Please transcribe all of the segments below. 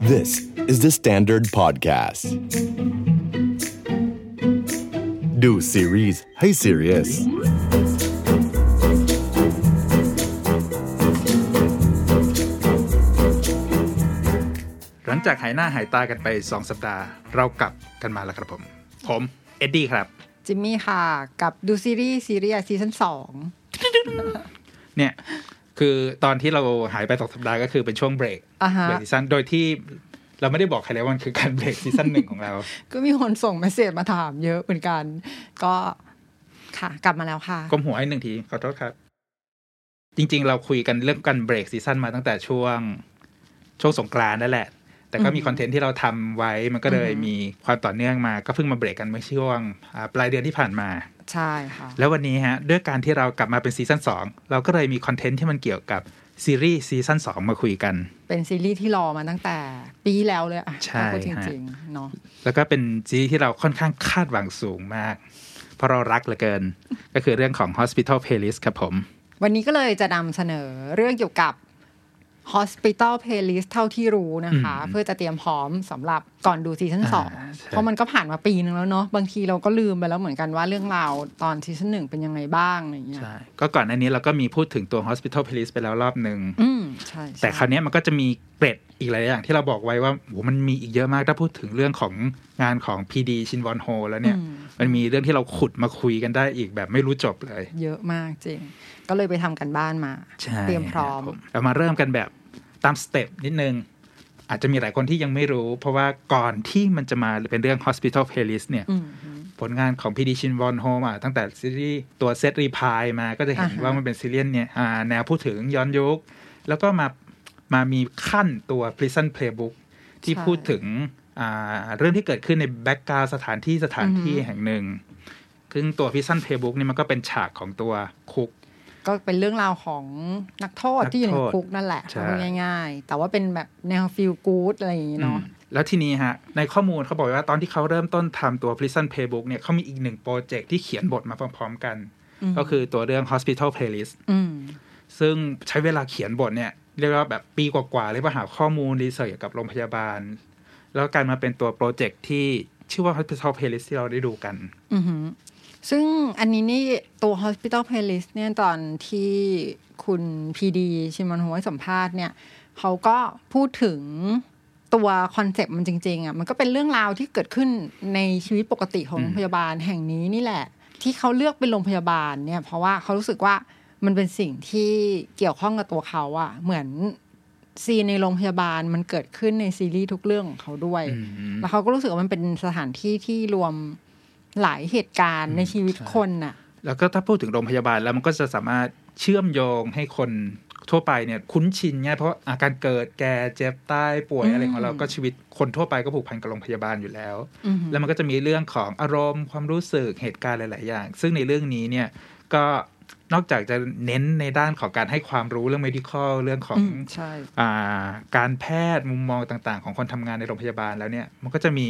This is the Standard Podcast. ดูซีรีส์ให้ serious หลังจากหายหน้าหายตากันไป 2 สัปดาห์ เรากลับกันมาแล้วครับผม ผมเอ็ดดี้ครับ จิมมี่ค่ะ กับดูซีรีส์ซีรีส์ซีซั่นสอง เนี่ย คือตอนที่เราหายไปสองสัปดาห์ก็คือเป็นช่วงเบรก อ่ะฮะ เบรกซีซั่นโดยที่เราไม่ได้บอกใครเลยว่ามันคือการเบรกซีซั่นหนึ่งของเรา ก็มีคนส่งเมสเซจมาถามเยอะเหมือนกัน ก็ค่ะ กลับมาแล้วค่ะ ก้มหัวให้หนึ่งที ขอโทษครับ จริง ๆ เราคุยกันเรื่องการเบรกซีซั่นมาตั้งแต่ช่วง ช่วงสงกรานต์นั่นแหละ แต่ก็มีคอนเทนต์ที่เราทำไว้มันก็เลยมีความต่อเนื่องมา ก็เพิ่งมาเบรกกันเมื่อช่วงอ่าปลายเดือนที่ผ่านมา ใช่ค่ะ แล้ววันนี้ฮะ ด้วยการที่เรากลับมาเป็นซีซั่น2เราก็เลยมีคอนเทนต์ที่มันเกี่ยวกับซีรีส์ซีซั่น2มาคุยกัน เป็นซีรีส์ที่รอมาตั้งแต่ปีที่แล้วเลยอะ ใช่ ถ้าพูดจ ฮะ ริงๆเนาะ แล้วก็เป็นซีรีส์ที่เราค่อนข้างคาดหวังสูงมาก เพราะเรารักเหลือเกิน ก็คือเรื่องของ Hospital Playlist ครับผม วันนี้ก็เลยจะนำเสนอเรื่องเกี่ยวกับ Hospital Playlist เท่าที่รู้นะคะ อืม เพื่อจะเตรียมพร้อมสำหรับก่อนดูซีซั่นสอง อ่าใช่ เพราะมันก็ผ่านมาปีนึงแล้วเนาะบางทีเราก็ลืมไปแล้วเหมือนกันว่าเรื่องราวตอนซีซั่นหนึ่งเป็นยังไงบ้างอะไรอย่างเงี้ย ใช่ก็ก่อนอันนี้เราก็มีพูดถึงตัว Hospital Playlist ไปแล้วรอบหนึ่ง อืมใช่ใช่ แต่คราวเนี้ยมันก็จะมีเกร็ดอีกหลายอย่างที่เราบอกไว้ว่าโหมันมีอีกเยอะมากถ้าพูดถึงเรื่องของงานของ PD ชินวอนโฮแล้วเนี่ย อืม มันมีเรื่องที่เราขุดมาคุยกันได้อีกแบบไม่รู้จบเลย เยอะมากจริง ก็เลยไปทำกันบ้านมา ใช่ เตรียมพร้อม คบผเรามาเริ่มกันแบบตามสเต็ปนิดนึง อาจจะมีหลายคนที่ยังไม่รู้ เพราะว่าก่อนที่มันจะมาเป็นเรื่อง Hospital Playlist เนี่ย อืม ผลงานของพีดีชินวอนโฮมาตั้งแต่ซีรีส์ตัวเซตรีพายมาก็จะเห็น อ่าฮะ ว่ามันเป็นซีรีส์เนี่ยอ่าแนวพูดถึงย้อนยุค แล้วก็มามามีขั้นตัว Prison Playbook ที่พูดถึงอ่าเรื่องที่เกิดขึ้นในแบ็กกราวสถานที่สถานที่แห่งหนึ่งซึ่งตัว Prison Playbook นี่มันก็เป็นฉากของตัวคุก ก็เป็นเรื่องราวของนักโทษ นักโทษ ที่อยู่ในคุกนั่นแหละ ใช่ พูดง่าย ๆ แต่ว่าเป็นแบบแนวฟิลกู๊ดอะไรอย่างงี้เนาะ อืมแล้วทีนี้ฮะ ในข้อมูลเขาบอกว่าตอนที่เขาเริ่มต้นทำตัว Prison Playbook เนี่ยเขามีอีกหนึ่งโปรเจกต์ที่เขียนบทมาพร้อมๆกัน อืม ก็คือตัวเรื่อง Hospital Playlist อืม ซึ่งใช้เวลาเขียนบทเนี่ย เรียกว่าแบบปีกว่าๆเลยว่าหาข้อมูลรีเสิร์ชเกี่ยวกับโรงพยาบาล แล้วกลายมาเป็นตัวโปรเจกต์ที่ชื่อว่า Hospital Playlist ที่เราได้ดูกัน อือหือซึ่งอันนี้นี่ตัว Hospital Playlist เนี่ยตอนที่คุณพีดีชิมันหัวสัมภาษณ์เนี่ยเขาก็พูดถึงตัวคอนเซปต์มันจริงๆอ่ะมันก็เป็นเรื่องราวที่เกิดขึ้นในชีวิตปกติของ อืม โรงพยาบาลแห่งนี้นี่แหละ ที่เขาเลือกเป็นโรงพยาบาลเนี่ยเพราะว่าเขารู้สึกว่ามันเป็นสิ่งที่เกี่ยวข้องกับตัวเขาอ่ะเหมือนซีนในโรงพยาบาลมันเกิดขึ้นในซีรีส์ทุกเรื่องของเขาด้วย แล้วเขาก็รู้สึกว่ามันเป็นสถานที่ที่รวมหลายเหตุการณ์ในชีวิตคนน่ะ แล้วก็ถ้าพูดถึงโรงพยาบาลแล้วมันก็จะสามารถเชื่อมโยงให้คนทั่วไปเนี่ยคุ้นชินง่ายเพราะอาการเกิดแก่เจ็บตายป่วย อืม อะไรของเราก็ชีวิตคนทั่วไปก็ผูกพันกับโรงพยาบาลอยู่แล้ว อือหือ แล้วมันก็จะมีเรื่องของอารมณ์ความรู้สึกเหตุการณ์หลาย ๆ อย่าง ซึ่งในเรื่องนี้เนี่ยก็นอกจากจะเน้นในด้านของการให้ความรู้เรื่อง medical เรื่องของ อืมใช่ อ่าการแพทย์มุมมองต่าง ๆ ของคนทำงานในโรงพยาบาลแล้วเนี่ย มันก็จะมี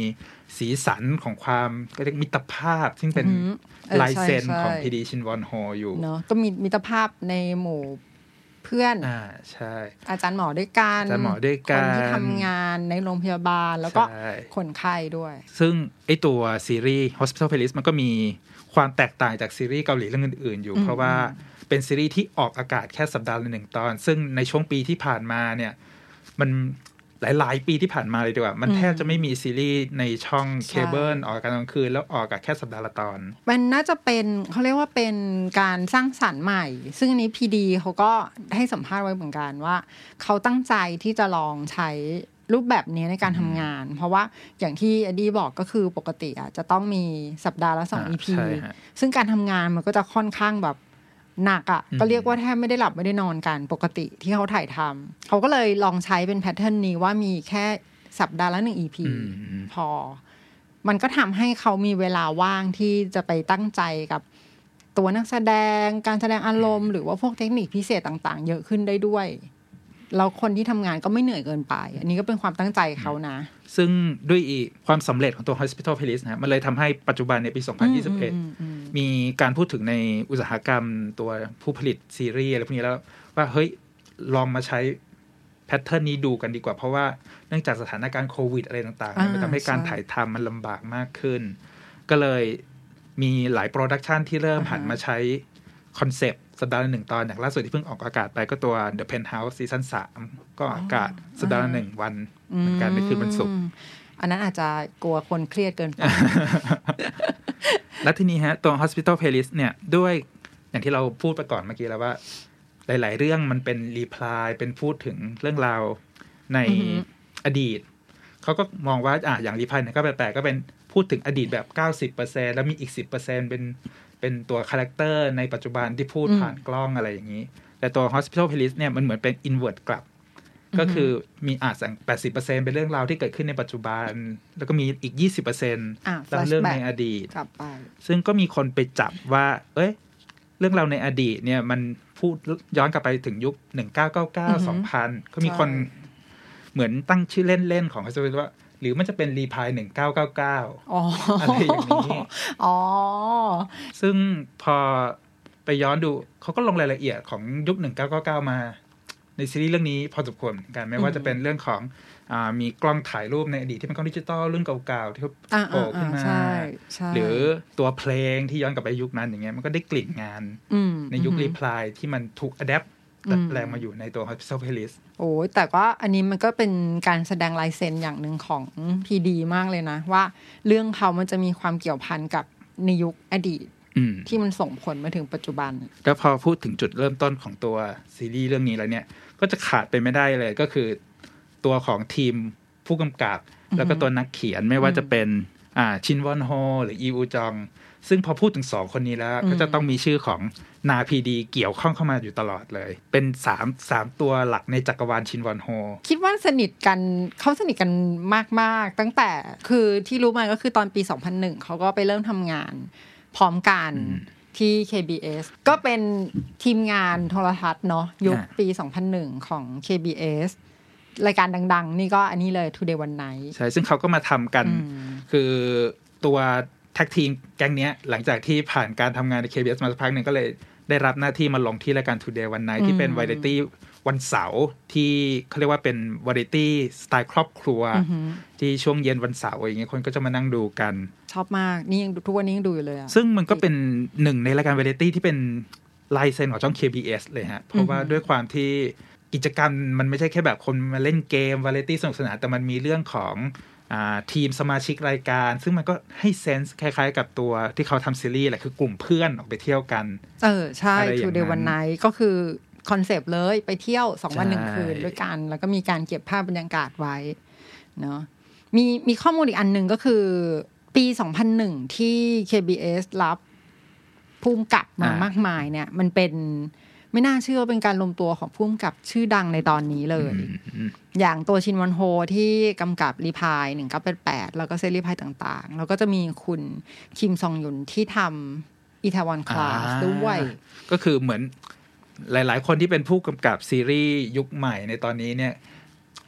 สีสันของความก็เรียกมิตรภาพ ซึ่งเป็น อือหือเออ ลายเซ็น ใช่ใช่ ของพีดีชินวอนโฮอยู่ เนาะก็มีมิตรภาพในหมู่เพื่อน อ่าใช่ อาจารย์หมอด้วยกัน อาจารย์หมอด้วยกัน คนที่ทำงานในโรงพยาบาลแล้วก็ ใช่ คนไข้ด้วย ซึ่งไอตัวซีรีส์ Hospital Playlist มันก็มีความแตกต่างจากซีรีส์เกาหลีเรื่องอื่น ๆ อยู่ อืม เพราะว่าเป็นซีรีส์ที่ออกอากาศแค่สัปดาห์ละหนึ่งตอน ซึ่งในช่วงปีที่ผ่านมาเนี่ย มันหลาย ๆ ปีที่ผ่านมาเลยดีกว่า มันแทบจะไม่มีซีรีส์ในช่องเคเบิลออกอากาศกลางคืน แล้วออกอากาศแค่สัปดาห์ละตอน มันน่าจะเป็นเขาเรียกว่าเป็นการสร้างสรรค์ใหม่ ซึ่งอันนี้พีดีเขาก็ให้สัมภาษณ์ไว้เหมือนกันว่า เขาตั้งใจที่จะลองใช้รูปแบบนี้ในการทำงาน เพราะว่าอย่างที่อดีบอกก็คือปกติอ่ะจะต้องมีสัปดาห์ละสอง อ่า EP ใช่ฮะ ซึ่งการทำงานมันก็จะค่อนข้างแบบหนักอ่ะ อืม ก็เรียกว่าแทบไม่ได้หลับไม่ได้นอนกันปกติที่เขาถ่ายทำเขาก็เลยลองใช้เป็นแพทเทิร์นนี้ว่ามีแค่สัปดาห์ละหนึ่ง EP อืม พอ มันก็ทำให้เขามีเวลาว่างที่จะไปตั้งใจกับตัวนักแสดง การแสดงอารมณ์หรือว่าพวกเทคนิคพิเศษต่างๆ เยอะขึ้นได้ด้วย แล้วคนที่ทำงานก็ไม่เหนื่อยเกินไป อันนี้ก็เป็นความตั้งใจเขานะ ซึ่งด้วยอีกความสำเร็จของตัว Hospital Playlist นะฮะมันเลยทำให้ปัจจุบันในยปี 2021 มีการพูดถึงในอุตสาหกรรมตัวผู้ผลิตซีรีส์อะไรพวกนี้แล้ว ว่าเฮ้ยลองมาใช้ แพทเทิร์นนี้ดูกันดีกว่า เพราะว่าเนื่องจากสถานการณ์โควิดอะไรต่างๆเนี่ย อ่ามั มันทำให้การ ใช่ ถ่ายทำมันลำบากมากขึ้น ก็เลยมีหลายโปรดักชันที่เริ่ม อ่าฮะ หันมาใช้คอนเซปต์สัปดาห์ละหนึ่งตอนอย่างล่าสุดที่เพิ่งออกอากาศไปก็ตัว The Penthouse ซีซั่นสามก็ออกอากาศสัปดาห์ละหนึ่งวันเหมือนกันในคืนวันศุกร์ อืมอันนั้นอาจจะกลัวคนเครียดเกินไป แล้วทีนี้ฮะตัว Hospital Playlist เนี่ย ด้วยอย่างที่เราพูดไปก่อนเมื่อกี้แล้วว่า หลาย ๆ เรื่องมันเป็นรีプライเป็นพูดถึงเรื่องราวใน อือหือ อดีต เขาก็มองว่าอ่ะอย่างรีプライเนี่ยก็แปลกๆก็เป็นพูดถึงอดีตแบบ 90%แล้วมีอีก 10%เป็นเป็นตัวคาแรคเตอร์ในปัจจุบันที่พูดผ่านกล้องอะไรอย่างนี้ แต่ตัว Hospital Playlist เนี่ยมันเหมือนเป็น invert กลับ ก็คือมีอาจสังแปดสิบเปอร์เซ็นเป็นเรื่องราวที่เกิดขึ้นในปัจจุบัน แล้วก็มีอีกยี่สิบเปอร์เซ็นต์ อ่ะ เรื่องใน flashback อดีต กลับไป ซึ่งก็มีคนไปจับว่า เอ้ย เรื่องราวในอดีตเนี่ยมันพูดย้อนกลับไปถึงยุคหนึ่งเก้าเก้าเก้าสองพันก็มีคน ใช่ เหมือนตั้งชื่อเล่น ๆ ของเขาจะเป็นว่า หรือมันจะเป็นรีพายหนึ่งเก้าเก้าเก้า อ๋ออะไร อย่างนี้ อ๋อ ซึ่งพอไปย้อนดูเขาก็ลงรายละเอียดของยุค 1999 มา ในซีรีส์เรื่องนี้พอสมควรเหมือนกันไม่ว่าจะเป็นเรื่องของอามีกล้องถ่ายรูปในอดีตที่เป็นกล้องดิจิตอลรุ่นเก่าๆที่ อ่า โผล่ขึ้นมา ใช่ใช่ หรือตัวเพลงที่ย้อนกลับไปยุคนั้นอย่างเงี้ยมันก็ได้กลิ่นงาน ม ในยุค อืม รีプライที่มันถูกอัดแอป อืม ดัดแปลงมาอยู่ในตัว Hospital Playlist โอ้ยแต่ก็อันนี้มันก็เป็นการแสดงลายเซ็นอย่างหนึ่งของพีดีมากเลยนะ ว่าเรื่องเขามันจะมีความเกี่ยวพันกับในยุคอดีต อืม ที่มันส่งผลมาถึงปัจจุบัน แล้วพอพูดถึงจุดเริ่มต้นของตัวซีรีส์เรื่องนี้แล้วเนี่ย ก็จะขาดไปไม่ได้เลยก็คือตัวของทีมผู้กำกับ แล้วก็ตัวนักเขียนไม่ว่าจะเป็นอ่าชินวอนโฮ หรืออีอูจอง ซึ่งพอพูดถึงสองคนนี้แล้ว ก็จะต้องมีชื่อของนาพีดีเกี่ยวข้องเข้ามาอยู่ตลอดเลย เป็นสามสามตัวหลักในจักรวาลชินวอนโฮ คิดว่าสนิทกันเขาสนิทกันมาก ๆ ตั้งแต่คือที่รู้มาก็คือตอนปี 2001 เขาก็ไปเริ่มทำงานพร้อมกันที่ KBS ก็เป็นทีมงานโทรทัศน์เนาะยุค อ่า ปี 2001 ของ KBS รายการดัง ๆ นี่ก็อันนี้เลย Today One Night ใช่ ซึ่งเขาก็มาทำกัน อืม คือตัวแท็กทีมแก๊งเนี้ย หลังจากที่ผ่านการทำงานใน KBS มาสักพักหนึ่งก็เลยได้รับหน้าที่มาลงที่รายการ Today วัน i g h t ที่เป็นวาไรตี้วันเสาร์ที่เขาเรียกว่าเป็นวาไรตี้สไตล์ครอบครัว ที่ช่วงเย็นวันเสาร์อย่างเงี้ยคนก็จะมานั่งดูกัน ชอบมากนี่ยังดูทุกวันนี้ยังดูอยู่เลยอะ ซึ่งมันก็เป็นหนึ่งในรายการวาไรตี้ที่เป็นลายเซ็นของช่อง KBS เลยฮะ เพราะว่าด้วยความที่กิจกรรมมันไม่ใช่แค่แบบคนมาเล่นเกมวาไรตี้สนุกสนานแต่มันมีเรื่องของอาทีมสมาชิกรายการ ซึ่งมันก็ให้เซนส์คล้ายๆ กับตัวที่เขาทำซีรีส์แหละคือกลุ่มเพื่อนออกไปเที่ยวกัน เออ ใช่ อะไรอย่างนั้น Today One Night ก็คือคอนเซปต์เลยไปเที่ยวสองวันหนึ่งคืนด้วยกัน แล้วก็มีการเก็บภาพบรรยากาศไว้เนาะมีมีข้อมูลอีกอันหนึ่งก็คือ ปี 2001 ที่ KBS รับภูมิกับมา อ่าม มากมายเนี่ย มันเป็นไม่น่าเชื่อว่าเป็นการรวมตัวของภูมิกับชื่อดังในตอนนี้เลย อย่างตัวชินวันโฮที่กำกับรีพายหนึ่งเก้าแปดแปดแล้วก็เซรีพายต่างๆ แล้วก็จะมีคุณคิมซองยุนที่ทำอีทาวอนคลาสด้วย อ่าก็คือเหมือนหลายๆ คนที่เป็นผู้กำกับซีรีส์ยุคใหม่ในตอนนี้เนี่ย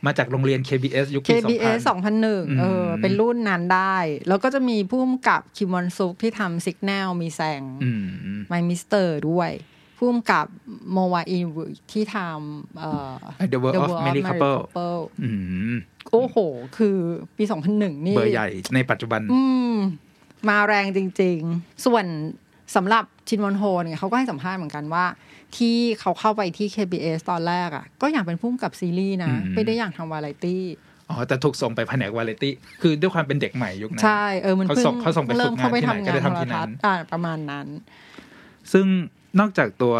มาจากโรงเรียน KBS ยุคปี KBS 2000 ม 2001 เออ เป็นรุ่นนั้นได้ แล้วก็จะมีผู้กำกับคิมวอนซุกที่ทำสิกแนลมีแซง อืม ไมมิสเตอร์ด้วยผู้กำกับโมวาอินวุที่ทำเอ่อ The World of Many Couple Couple อืม โอ้โห คือปี 2001 นี่ เบอร์ใหญ่ในปัจจุบัน อืม มาแรงจริง ๆ ส่วนสำหรับชินวอนโฮเนี่ยเขาก็ให้สัมภาษณ์เหมือนกันว่า ที่เขาเข้าไปที่ KBS ตอนแรกอะ่ะ ก็อยากเป็นผู้กำกับซีรีส์นะ อืม ไม่ได้อยากทำวาไรตี้ อ๋อ แต่ถูกส่งไปแผนกวาไรตี้ คือด้วยความเป็นเด็กใหม่ยุคนั้น ใช่ เออ มัน เขา พิ่ ส่งเขาส่งไป เริ่มเข้าไป ฝึกงานที่ ทำ ไหนก็ได้ทำงานโทรที่นั่ทัศน์ น อ่าประมาณนั้น ซึ่งนอกจากตัว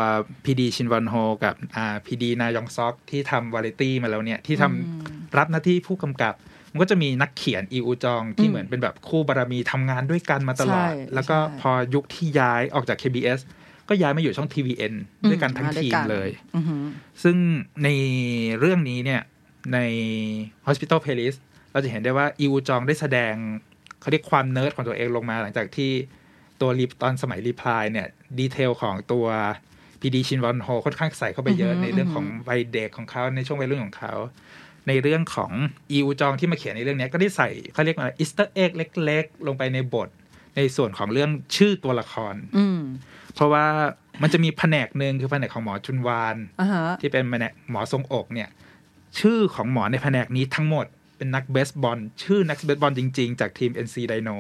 พีดีชินวันโฮกับอ่าพีดีนายองซอกที่ทำวาไรตี้มาแล้วเนี่ย ที่ทำรับหน้าที่ผู้กำกับ มันก็จะมีนักเขียนอีอูจองที่เหมือนเป็นแบบคู่บารมีทำงานด้วยกันมาตลอด ใช่ แล้วก็ ใช่ พอยุคที่ย้ายออกจาก KBS ก็ย้ายมาอยู่ช่อง TVN ด้วยกันทั้ง อ่า ทีม วกัน เลย อือหือ ซึ่งในเรื่องนี้เนี่ย ใน Hospital Playlist เราจะเห็นได้ว่าอิวจองได้แสดงเขาเรียกความเนิร์ดของตัวเองลงมาหลังจากที่ตัวรีตอนสมัยรีพลายเนี่ย ดีเทลของตัวพีดีชินวอนโฮค่อนข้างใส่เข้าไปเยอะ อือฮึ ในเรื่องของวัยเด็กของเขาในช่วงวัยรุ่นของเขา ในเรื่องของอิวจองที่มาเขียนในเรื่องเนี้ยก็ได้ใส่เขาเรียกว่าอิสต์เอ็กเล็ก ๆ ลงไปในบท ในส่วนของเรื่องชื่อตัวละคร อืม เพราะว่ามันจะมีแผนกหนึ่งคือแผนกของหมอจุนวาน อ่าฮะ ที่เป็นแผนกหมอทรงอกเนี่ย ชื่อของหมอในแผนกนี้ทั้งหมดเป็นนักเบสบอลชื่อนักเบสบอลจริง ๆ จากทีม NC Dino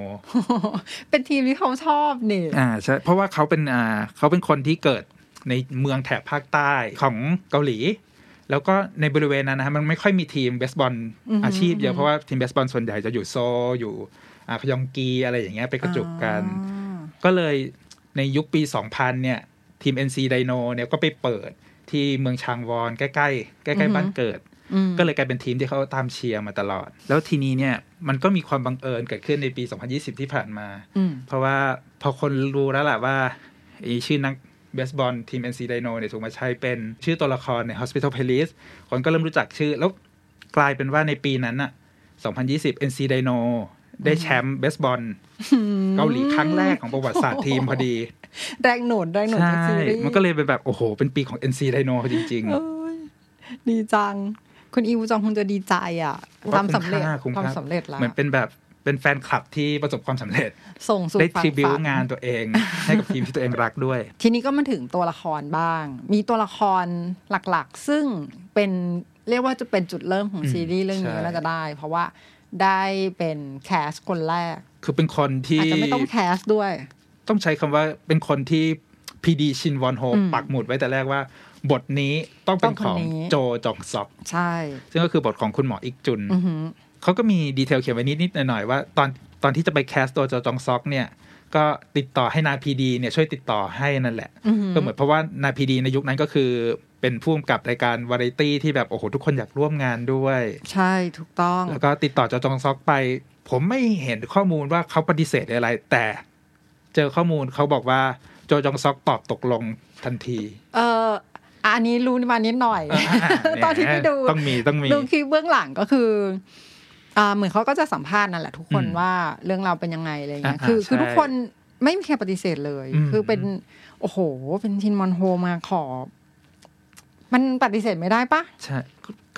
เป็นทีมที่เขาชอบนี่ อ่าใช่เพราะว่าเขาเป็นอ่าเขาเป็นคนที่เกิดในเมืองแถบภาคใต้ของเกาหลี แล้วก็ในบริเวณนั้นนะฮะมันไม่ค่อยมีทีมเบสบอลอาชีพเยอะเพราะว่าทีมเบสบอลส่วนใหญ่จะอยู่โซลอยู่อ่าพยองกีอะไรอย่างเงี้ยไปกระจุกกัน อ่า ก็เลยในยุคปี 2000 เนี่ย ทีม NC Dino เนี่ยก็ไปเปิดที่เมืองชางวอน ใกล้ๆใกล้ๆบ้านเกิด อืม ก็เลยกลายเป็นทีมที่เขาตามเชียร์มาตลอด แล้วทีนี้เนี่ยมันก็มีความบังเอิญเกิดขึ้นในปี 2020 ที่ผ่านมา อืม เพราะว่าพอคนรู้แล้วแหละว่าไอ้ชื่อนักเบสบอลทีม NC Dino เนี่ยถูกมาใช้เป็นชื่อตัวละครใน Hospital Playlist คนก็เริ่มรู้จักชื่อ แล้วกลายเป็นว่าในปีนั้นอะ2020 NC Dino ได้แชมป์เบสบอลเกาหลีครั้งแรกของประวัติศาสตร์ทีมพอดี แรงหนุนแรงหนุน ใช่ จากซีรีส์ มันก็เลยเป็นแบบ โอ้โห เป็นปีของ NC Dino จริง เอ้ยดีจัง คุณอิวจองคงจะดีใจอ่ะ ว่า ความสำเร็จ คุ้ม ค ค่า วามสำเร็จ ๆ แล้ว เหมือนเป็นแบบ เป็นแฟนคลับที่ประสบความสำเร็จ ส่งสู่ ได้ ฝั่ง ทริบิว ฝัน งานตัวเอง ให้กับทีมที่ตัวเองรักด้วย ทีนี้ก็มาถึงตัวละครบ้าง มีตัวละครหลักๆ ซึ่งเป็นเรียกว่าจะเป็นจุดเริ่มของ อืม ซีรีส์เรื่องนี้ ใช่ น่าจะได้ เพราะว่าได้เป็นแคสคนแรก คือเป็นคนที่ อาจจะไม่ต้องแคสด้วย ต้องใช้คำว่าเป็นคนที่พีดีชินวอนโฮ อืม ปักหมุดไว้แต่แรกว่า บทนี้ต้องเป็น ต้องค ข น อง นี้ โจจองซอก ใช่ ซึ่งก็คือบทของคุณหมออีกจุน อือหือ เขาก็มีดีเทลเขียนไว้นิดนิดๆหน่อยๆ ว่าตอนตอนที่จะไปแคสตัวโจจองซอกเนี่ย ก็ติดต่อให้นายพีดีเนี่ยช่วยติดต่อให้นั่นแหละ อือหือ ก็เหมือนเพราะว่านายพีดีในยุคนั้นก็คือเป็นผู้กำกับรายการวาไรตี้ที่แบบ โอ้โห ทุกคนอยากร่วมงานด้วย ใช่ถูกต้อง แล้วก็ติดต่อจอจองซอกไป ผมไม่เห็นข้อมูลว่าเขาปฏิเสธอะไร แต่เจอข้อมูลเขาบอกว่าโจจองซอกตอบตกลงทันที เอออะอันนี้รู้มานิดหน่อย เอออ่ะ ตอนที่ไปดู ต้องมีต้องมี ดูคลิปเบื้องหลังก็คืออ่าเหมือนเขาก็จะสัมภาษณ์นั่นแหละทุกคน อืม ว่าเรื่องราวเป็นยังไงอะไรเงี้ย อ่าๆ คือ ใช่ คือทุกคนไม่มีใครปฏิเสธเลย อืม คือเป็นโอ้โห เป็นชินมอนโฮมาขอ มันปฏิเสธไม่ได้ปะ ใช่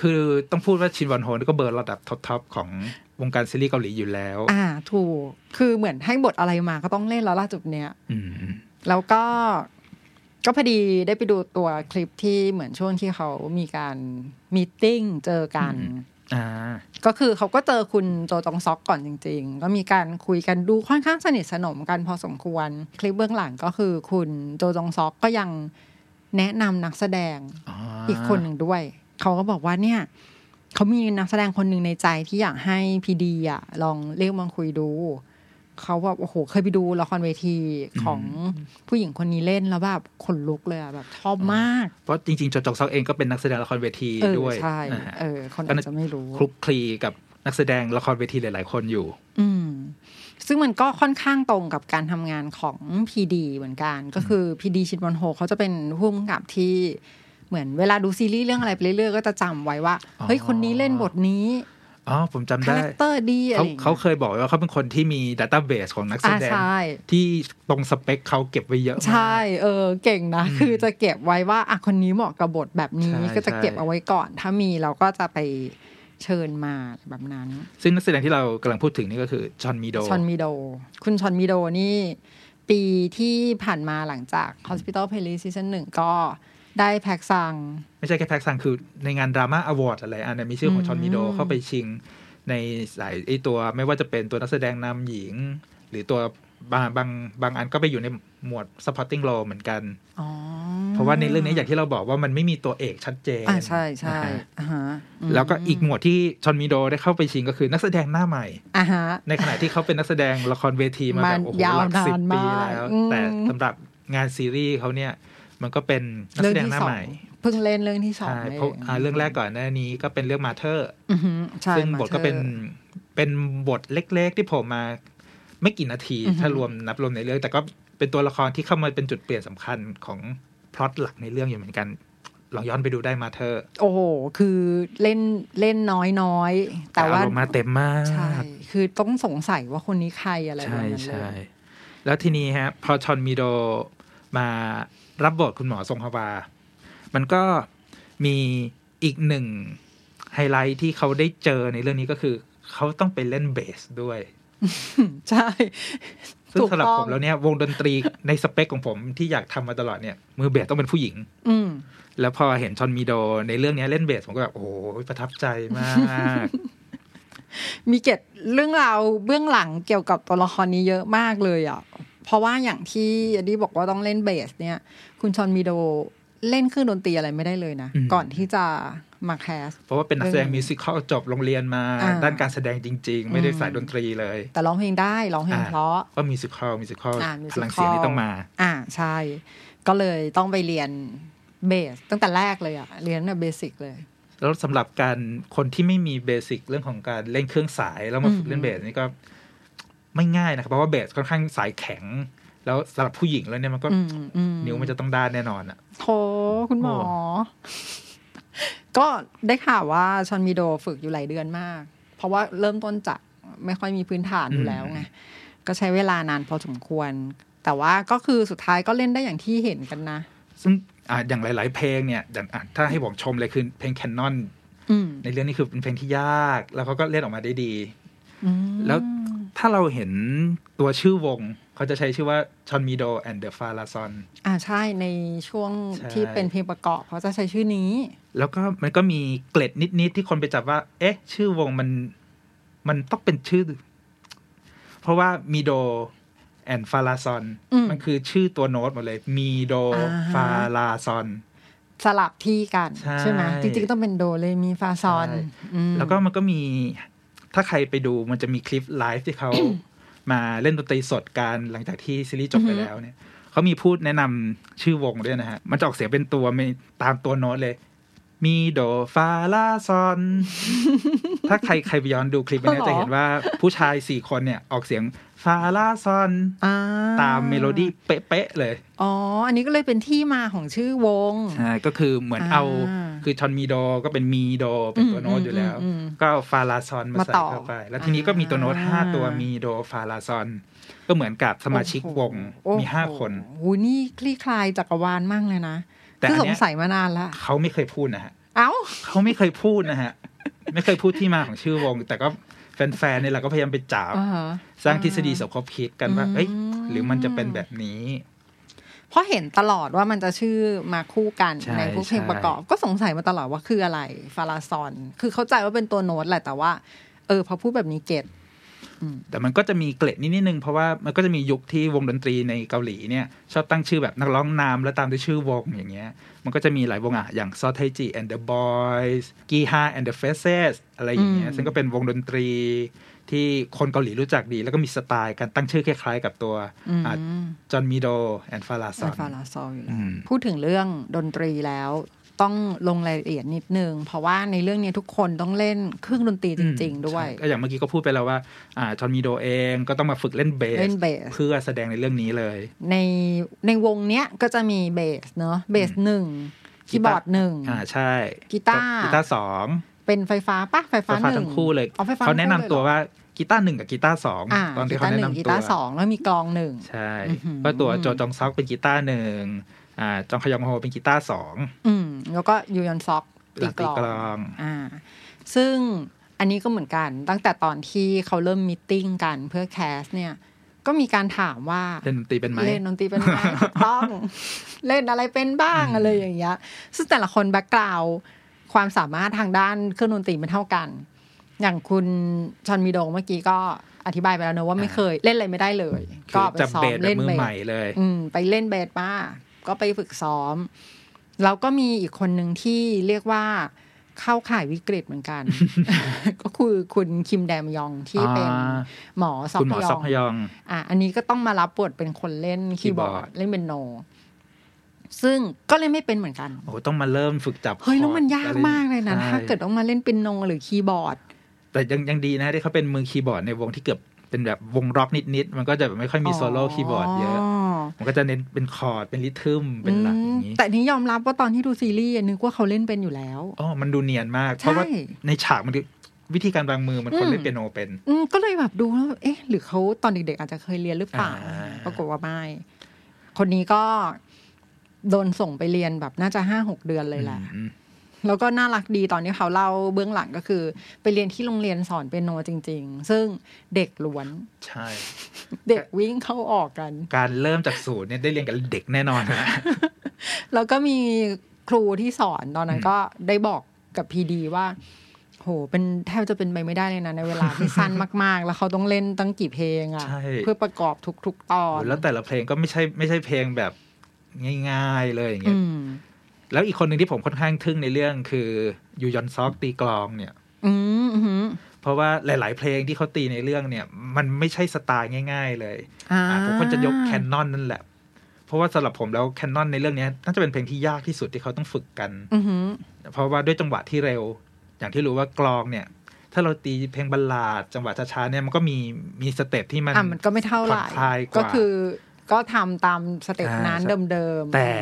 คือต้องพูดว่าชินวอนโฮนก็เบอร์ระดับท็อปๆของวงการซีรีส์เกาหลีอยู่แล้ว อ่า ถูก คือเหมือนให้บทอะไรมาก็ต้องเล่นแล้วล่ะจุดเนี้ย อืม แล้วก็ก็พอดีได้ไปดูตัวคลิปที่เหมือนช่วงที่เขามีการมีตติ้งเจอกัน อืม อ่า ก็คือเขาก็เจอคุณโจจองซอกก่อนจริง ๆ ก็มีการคุยกันดูค่อนข้างสนิทสนมกันพอสมควร คลิปเบื้องหลังก็คือคุณโจจองซอกก็ยังแนะนำนักแสดงอีกคนหนึ่งด้วย เขาก็บอกว่าเนี่ยเขามีนักแสดงคนหนึ่งในใจที่อยากให้พีดีอะลองเรียกมาคุยดู เขาแบบโอ้โหเคยไปดูละครเวทีของผู้หญิงคนนี้เล่นแล้วแบบขนลุกเลยอะแบบชอบมาก เพราะจริงๆจอจองซอกเองก็เป็นนักแสดงละครเวที เออ ด้วย ใช่ นะฮะ เออคนอาจจะไม่รู้ คลุกคลีกับนักแสดงละครเวทีหลาย ๆ คนอยู่ อืม ซึ่งมันก็ค่อนข้างตรงกับการทำงานของพีดีเหมือนกัน ก็คือพีดีชินวันโฮเขาจะเป็นผู้กำกับที่เหมือนเวลาดูซีรีส์เรื่องอะไรไปเรื่อยๆก็จะจำไว้ว่า อ๋อ เฮ้ย คนนี้เล่นบทนี้ อ๋อ ผมจำ คา ได้ แรคเตอร์ดีอะไร เขา อย่าง เขา เงี้ย เคยบอกไว้ว่าเขาเป็นคนที่มีดัตต้าเบสของนักแส อ่า ดง ใช่ ที่ตรงสเปคเขาเก็บไว้เยอะมาก ใช่ เออ เก่งนะ อืม คือจะเก็บไว้ว่าอ่ะคนนี้เหมาะกับบทแบบนี้ ใช่ ก็จะ ใช่ เก็บเอาไว้ก่อน ถ้ามีเราก็จะไปเชิญมาแบบนั้น ซึ่งนักแสดงที่เรากำลังพูดถึงนี่ก็คือชอนมีโด ชอนมีโด คุณชอนมีโดนี่ ปีที่ผ่านมาหลังจาก Hospital Playlist ซีซั่นหนึ่งก็ได้แพ็กซัง ไม่ใช่แค่แพ็กซังคือในงานดราม่าอวอร์ดอะไรอันเนี้ยมีชื่อของ อืม ชอนมีโดเข้าไปชิงในสายไอตัวไม่ว่าจะเป็นตัวนักแสดงนำหญิง หรือตัวบางบางบางอันก็ไปอยู่ในหมวด supporting role เหมือนกัน อ๋อ เพราะว่าในเรื่องนี้อย่างที่เราบอกว่ามันไม่มีตัวเอกชัดเจน อ่าใช่ใช่ นะฮะ อ่าฮะม แล้วก็อีกหมวดที่ชอนมีโดได้เข้าไปชิงก็คือนักแสดงหน้าใหม่ อ่าฮะ ในขณะที่เขาเป็นนักแสดงละครเวทีมาแบบ มัน โอ้โห ยาว หลักสิบ นาน ปี มาก แล้ว อืม แต่สำหรับงานซีรีส์เขาเนี่ย มันก็เป็นนัก เรื่ แสดงองที่ หน้า สอ ให ง ม่ เพิ่งเล่นเรื่องที่สอง ใช่ ลย เพราะอ่าเรื่องแรกก่อนหน้านี้ก็เป็นเรื่องมาเธอร์ อือฮึใช่ ซึ่ง มา บทก็เป็น ธอ เป็นบทเล็กๆ ที่โผมมาไม่กี่นาที อือฮึ ถ้ารวมนับรวมในเรื่อง แต่ก็เป็นตัวละครที่เข้ามาเป็นจุดเปลี่ยนสำคัญของพล็อตหลักในเรื่องอยู่เหมือนกันลองย้อนไปดูได้มาเธอร์ โอ้โห คือเล่นเล่นน้อยน้อยๆแต่ว่า อรมณ์มาเต็มมาก ใช่ คือต้องสงสัยว่าคนนี้ใครอะไรแบบ ใช่ นั้นเล ใช่ ย แล้วทีนี้ฮะ พอชอนมีโดมารับบทคุณหมอทรงฮวา มันก็มีอีกหนึ่งไฮไลท์ที่เขาได้เจอในเรื่องนี้ก็คือ เขาต้องไปเล่นเบสด้วย ใช่ ซึ่ง ถูก สำหรับ ต้อง ผมแล้วเนี่ยวงดนตรีในสเปคของผมที่อยากทำมาตลอดเนี่ย มือเบสต้องเป็นผู้หญิง อืม แล้วพอเห็นชอนมีโดในเรื่องเนี้ยเล่นเบสผมก็แบบโอ้โหประทับใจมาก มีเกร็ดเรื่องราวเบื้องหลังเกี่ยวกับตัวละครนี้เยอะมากเลยอ่ะ เพราะว่าอย่างที่อดีบอกว่าต้องเล่นเบสเนี่ย คุณชอนมีโดเล่นเครื่องดนตรีอะไรไม่ได้เลยนะ อืม ก่อนที่จะมาแคส เพราะว่าเป็นนักแสดง เรื่อง มิวสิควลจบโรงเรียนมา อ่า ด้านการแสดงจริง ๆ ไม่ได้ อืม สายดนตรีเลย แต่ร้องเพลงได้ร้องเพลง อ่า เพราะ ก็มิวสิควลมิวสิควล อ่ามิวสิ พ คัล ลังเสียงนี่ต้องมา อ่าใช่ ก็เลยต้องไปเรียนเบสตั้งแต่แรกเลยอ่ะ เรียนตั้งแต่เบสิกเลย แล้วสำหรับการคนที่ไม่มีเบสิกเรื่องของการเล่นเครื่องสายแล้วมาฝึกเล่นเบสนี่ก็ไม่ง่ายนะครับ เพราะว่าเบสค่อนข้างสายแข็ง แล้วสำหรับผู้หญิงแล้วเนี่ยมันก็ อืมอืม นิ้วมันจะต้องด้านแน่นอนอะ โถคุณหมอ โอ้ ก็ได้ข่าวว่าชอนมีโดฝึกอยู่หลายเดือนมาก เพราะว่าเริ่มต้นจากไม่ค่อยมีพื้นฐานอยู่แล้วไง ก็ใช้เวลานานพอสมควร แต่ว่าก็คือสุดท้ายก็เล่นได้อย่างที่เห็นกันนะ ซึ่งอ่ะอย่างหลาย ๆ เพลงเนี่ยอย่างอ่ะถ้าให้ผมชมเลยคือเพลงแคนนอน อืม ในเรื่องนี้คือเป็นเพลงที่ยาก แล้วเขาก็เล่นออกมาได้ดี อืม แล้ว ถ้าเราเห็นตัวชื่อวง เขาจะใช้ชื่อว่าชอนมีโดแอนเดอร์ฟาลาซอน อ่าใช่ในช่วง ใช่ ที่เป็นเพลงประกอบเขาจะใช้ชื่อนี้ แล้วก็มันก็มีเกล็ดนิด ๆ ที่คนไปจับว่า เอ๊ะ ชื่อวงมัน มันต้องเป็นชื่อ เพราะว่ามีโดแอนฟาลาซอน อืม มันคือชื่อตัวโน้ตหมดเลย มีโด อ่าฮะ ฟาลาซอน สลับที่กัน ใช่ ไหมจริงๆต้องเป็นโดเลมีฟาซอน ใช่ อืม แล้วก็มันก็มีถ้าใครไปดูมันจะมีคลิปไลฟ์ที่เขา มาเล่นดนตรีสดกันหลังจากที่ซีรีส์จบไปแล้วเนี่ยเขามีพูดแนะนำชื่อวงด้วยนะฮะ มันจะออกเสียงเป็นตัวไม่ตามตัวโน้ตเลย มีโดฟาลาซอน ถ้าใครใครไปย้อนดูคลิปอันเนี้ยจะเห็นว่าผู้ชายสี่คนเนี่ยออกเสียงฟาลาซอน อ่ ตามเมโลดี้เป๊ะๆเลย อ๋อ อันนี้ก็เลยเป็นที่มาของชื่อวง อ่าก็คือเหมือนเอา อ่า คือชอนมีโดก็เป็นมีโดเป็นตัวโน้ตอยู่แล้ว อืมอืมอืม ก็เอาฟาลาซอนมาใส่ มาต่อ เข้าไป แล้วทีนี้ก็มีตัวโน้ต อ่า ห้าตัวมีโดฟาลาซอน ก็เหมือนกับสมาชิกวง โอ้โ มีห้าคน โอ้โหนี่คลี่คลายจักรวาลมากเลยนะ แต่ คือ อันเนี้สง ย สัยมานานละ เขาไม่เคยพูดนะฮะ เอ้า เขาไม่เคยพูดนะฮะ ไม่เคยพูดที่มาของชื่อวง แต่ก็แฟนๆเนี่ยแหละก็พยายามไปจับ อ่าฮะ สร้างทฤษฎีสมคบคิดกันว่าเอ้ย อืม หรือมันจะเป็นแบบนี้ เพราะเห็นตลอดว่ามันจะชื่อมาคู่กัน ใช่ ในพวกเพลง ใช่ ประกอบ ก็สงสัยมาตลอดว่าคืออะไรฟาราซอน คือเข้าใจว่าเป็นตัวโน้ตแหละแต่ว่า เออพอพูดแบบนี้เก็ต แต่มันก็จะมีเกล็ดนิดนิดนึง เพราะว่ามันก็จะมียุคที่วงดนตรีในเกาหลีเนี่ย ชอบตั้งชื่อแบบนักร้องนามแล้วตามด้วยชื่อวงอย่างเงี้ย มันก็จะมีหลายวงอ่ะ อย่าง s o t a g e and the Boys g i h a and the Faces อะไรอย่างเงี้ยซึ่งก็เป็นวงดนตรีที่คนเกาหลีรู้จักดี แล้วก็มีสไตล์การตั้งชื่อคล้ายๆ กับตัวจอห์นมีโดแอนฟาลาซอน ฟาราซอนอยู่แล้ อื ว ม พูดถึงเรื่องดนตรีแล้ว ต้องลงรายละเอียดนิดนึง เพราะว่าในเรื่องนี้ทุกคนต้องเล่นเครื่องดนตรีจริง ๆ ด้วย ใช่ก็อย่างเมื่อกี้ก็พูดไปแล้วว่าอ่าจอห์นมีโดเองก็ต้องมาฝึกเล่นเบส เล่นเบส เพื่อแสดงในเรื่องนี้เลย ในในวงเนี้ยก็จะมีเบสเนอะเบสหนึ่งคีย์บอร์ดหนึ่ง อ่าใช่ กีตาร์ กีตาร์สอง เป็นไฟฟ้าปะไฟ ไฟ ฟ้า ฟ้า หนึ่ง ทั้งคู่เลย อ๋อไฟฟ้า เขาแนะนำตัว ทั้งคู่เลยเหรอ ว่ากีตาร์หนึ่งกับกีตาร์สอง อ่า ตอนที่ กี เขา ตาร์ห แนะ นึ่ นำ งกี ตัว ตาร์สองแล้วมีกลองหนึ่ง ใช่ อื้อหือ ก็ตัวโจจองซอกเป็นกีตาร์หนึ่งอ่าจองขยองโฮเป็นกีตาร์สอง อืมแล้วก็ยูยอนซอกตีกลอ ตีกลอง งอ่า ซึ่งอันนี้ก็เหมือนกัน ตั้งแต่ตอนที่เขาเริ่มมตติ팅กันเพื่อแคสเนี่ย ก็มีการถามว่า เล่นดนตรีเป็นไหม เล่นดนตรีเป็นไหม ถูกต้อง เล่นอะไรเป็นบ้างอะไรอย่างเงี้ย ซึ่งแต่ละคนแบ็กกราวความสามารถทางด้านเครื่องดนตรีไม่เท่ากัน อย่างคุณชอนมีโดงเมื่อกี้ก็อธิบายไปแล้วเนอะว่าไม่ อ่า เคยเล่นอะไรไม่ได้เลย คื ก็ อ ไป จับ ซ้อ เบ ม สแบ เล่ บ น มือ เบ ให ส ม่เลย อืมไปเล่นเบสมา ก็ไปฝึกซ้อม แล้วก็มีอีกคนหนึ่งที่เรียกว่าเข้าข่ายวิกฤตเหมือนกัน ก็คือคุณคิมแดมยองที่เป็น อ่า หมอซอก คุณหมอย ซ อ อก ง ฮยอง อ่ะอันนี้ก็ต้องมารับบทเป็นคนเล่นคีย์บอร์ด keyboard เล่นเป็นโน ซึ่งก็เล่นไม่เป็นเหมือนกัน โอ้โหต้องมาเริ่มฝึกจับ เฮ้ย แล้วมัน คอร์ด ยาก อะไรนี่ มากเลยนะ ใช่ ถ้าเกิดต้องมาเล่นเป็นโนหรือคีย์บอร์ด แต่ยังยังดีนะที่เขาเป็นมือคีย์บอร์ดในวงที่เกือบเป็นแบบวงร็อกนิดๆ มันก็จะแบบไม่ค่อยมีโซโล่คีย์บอร์ดเยอะ มันก็จะเน้นเป็นคอร์ดเป็นริทึมเป็นหลักอย่างนี้ แต่นี้ยอมรับว่าตอนที่ดูซีรีส์อะนึกว่าเขาเล่นเป็นอยู่แล้ว อ๋อ มันดูเนียนมาก ใช่ เพราะว่าในฉากมันคือวิธีการวางมือมันคน อืม เล่นเปียโนเป็น อืมก็เลยแบบดูแล้วเอ๊ะ หรือเขาตอนเด็กๆอาจจะเคยเรียนหรือเปล่า อ่า ปรากฏว่าไม่ คนนี้ก็โดนส่งไปเรียนแบบน่าจะห้าหกเดือนเลยแหละ อืม แล้วก็น่ารักดีตอนที่เขาเล่าเบื้องหลังก็คือ ไปเรียนที่โรงเรียนสอนเปียโนจริง ๆ ซึ่งเด็กล้วน ใช่ เด็กวิ่งเข้าออกกัน การเริ่มจากศูนย์เนี่ยได้เรียนกับเด็กแน่นอนนะ แล้วก็มีครูที่สอนตอนนั้นก็ได้บอกกับพีดีว่า โห เป็นแทบจะเป็นไปไม่ได้เลยนะ ในเวลาที่สั้นมาก ๆ แล้วเขาต้องเล่นตั้งกี่เพลงอะ่ะ ใช่ เพื่อประกอบทุก ๆ ตอน แล้วแต่ละเพลงก็ไม่ใช่ไม่ใช่เพลงแบบง่ายๆเลยอย่างเงี้ อื ย ม แล้วอีกคนหนึ่งที่ผมค่อนข้างทึ่งในเรื่องคือยูยอนซอกตีกลองเนี่ย อืมอืม เพราะว่าหลาย ๆ เพลงที่เขาตีในเรื่องเนี่ย มันไม่ใช่สไตล์ง่าย ๆ เลย อ่า อ่ะผมก็จะยกแคนนอนนั่นแหละ เพราะว่าสำหรับผมแล้วแคนนอนในเรื่องเนี้ยน่าจะเป็นเพลงที่ยากที่สุดที่เขาต้องฝึกกัน อือหือ เพราะว่าด้วยจังหวะที่เร็ว อย่างที่รู้ว่ากลองเนี่ย ถ้าเราตีเพลงบัลลาดจังหวะช้าๆเนี่ยมันก็มีมีสเต็ปที่มัน อ่ะมันก็ไม่เท่าไหผ่ร่อนคลายกว่า ก็คือก็ทำตามสเต็ป อ่านั้ นั้น ใช่ เดิมๆ แต่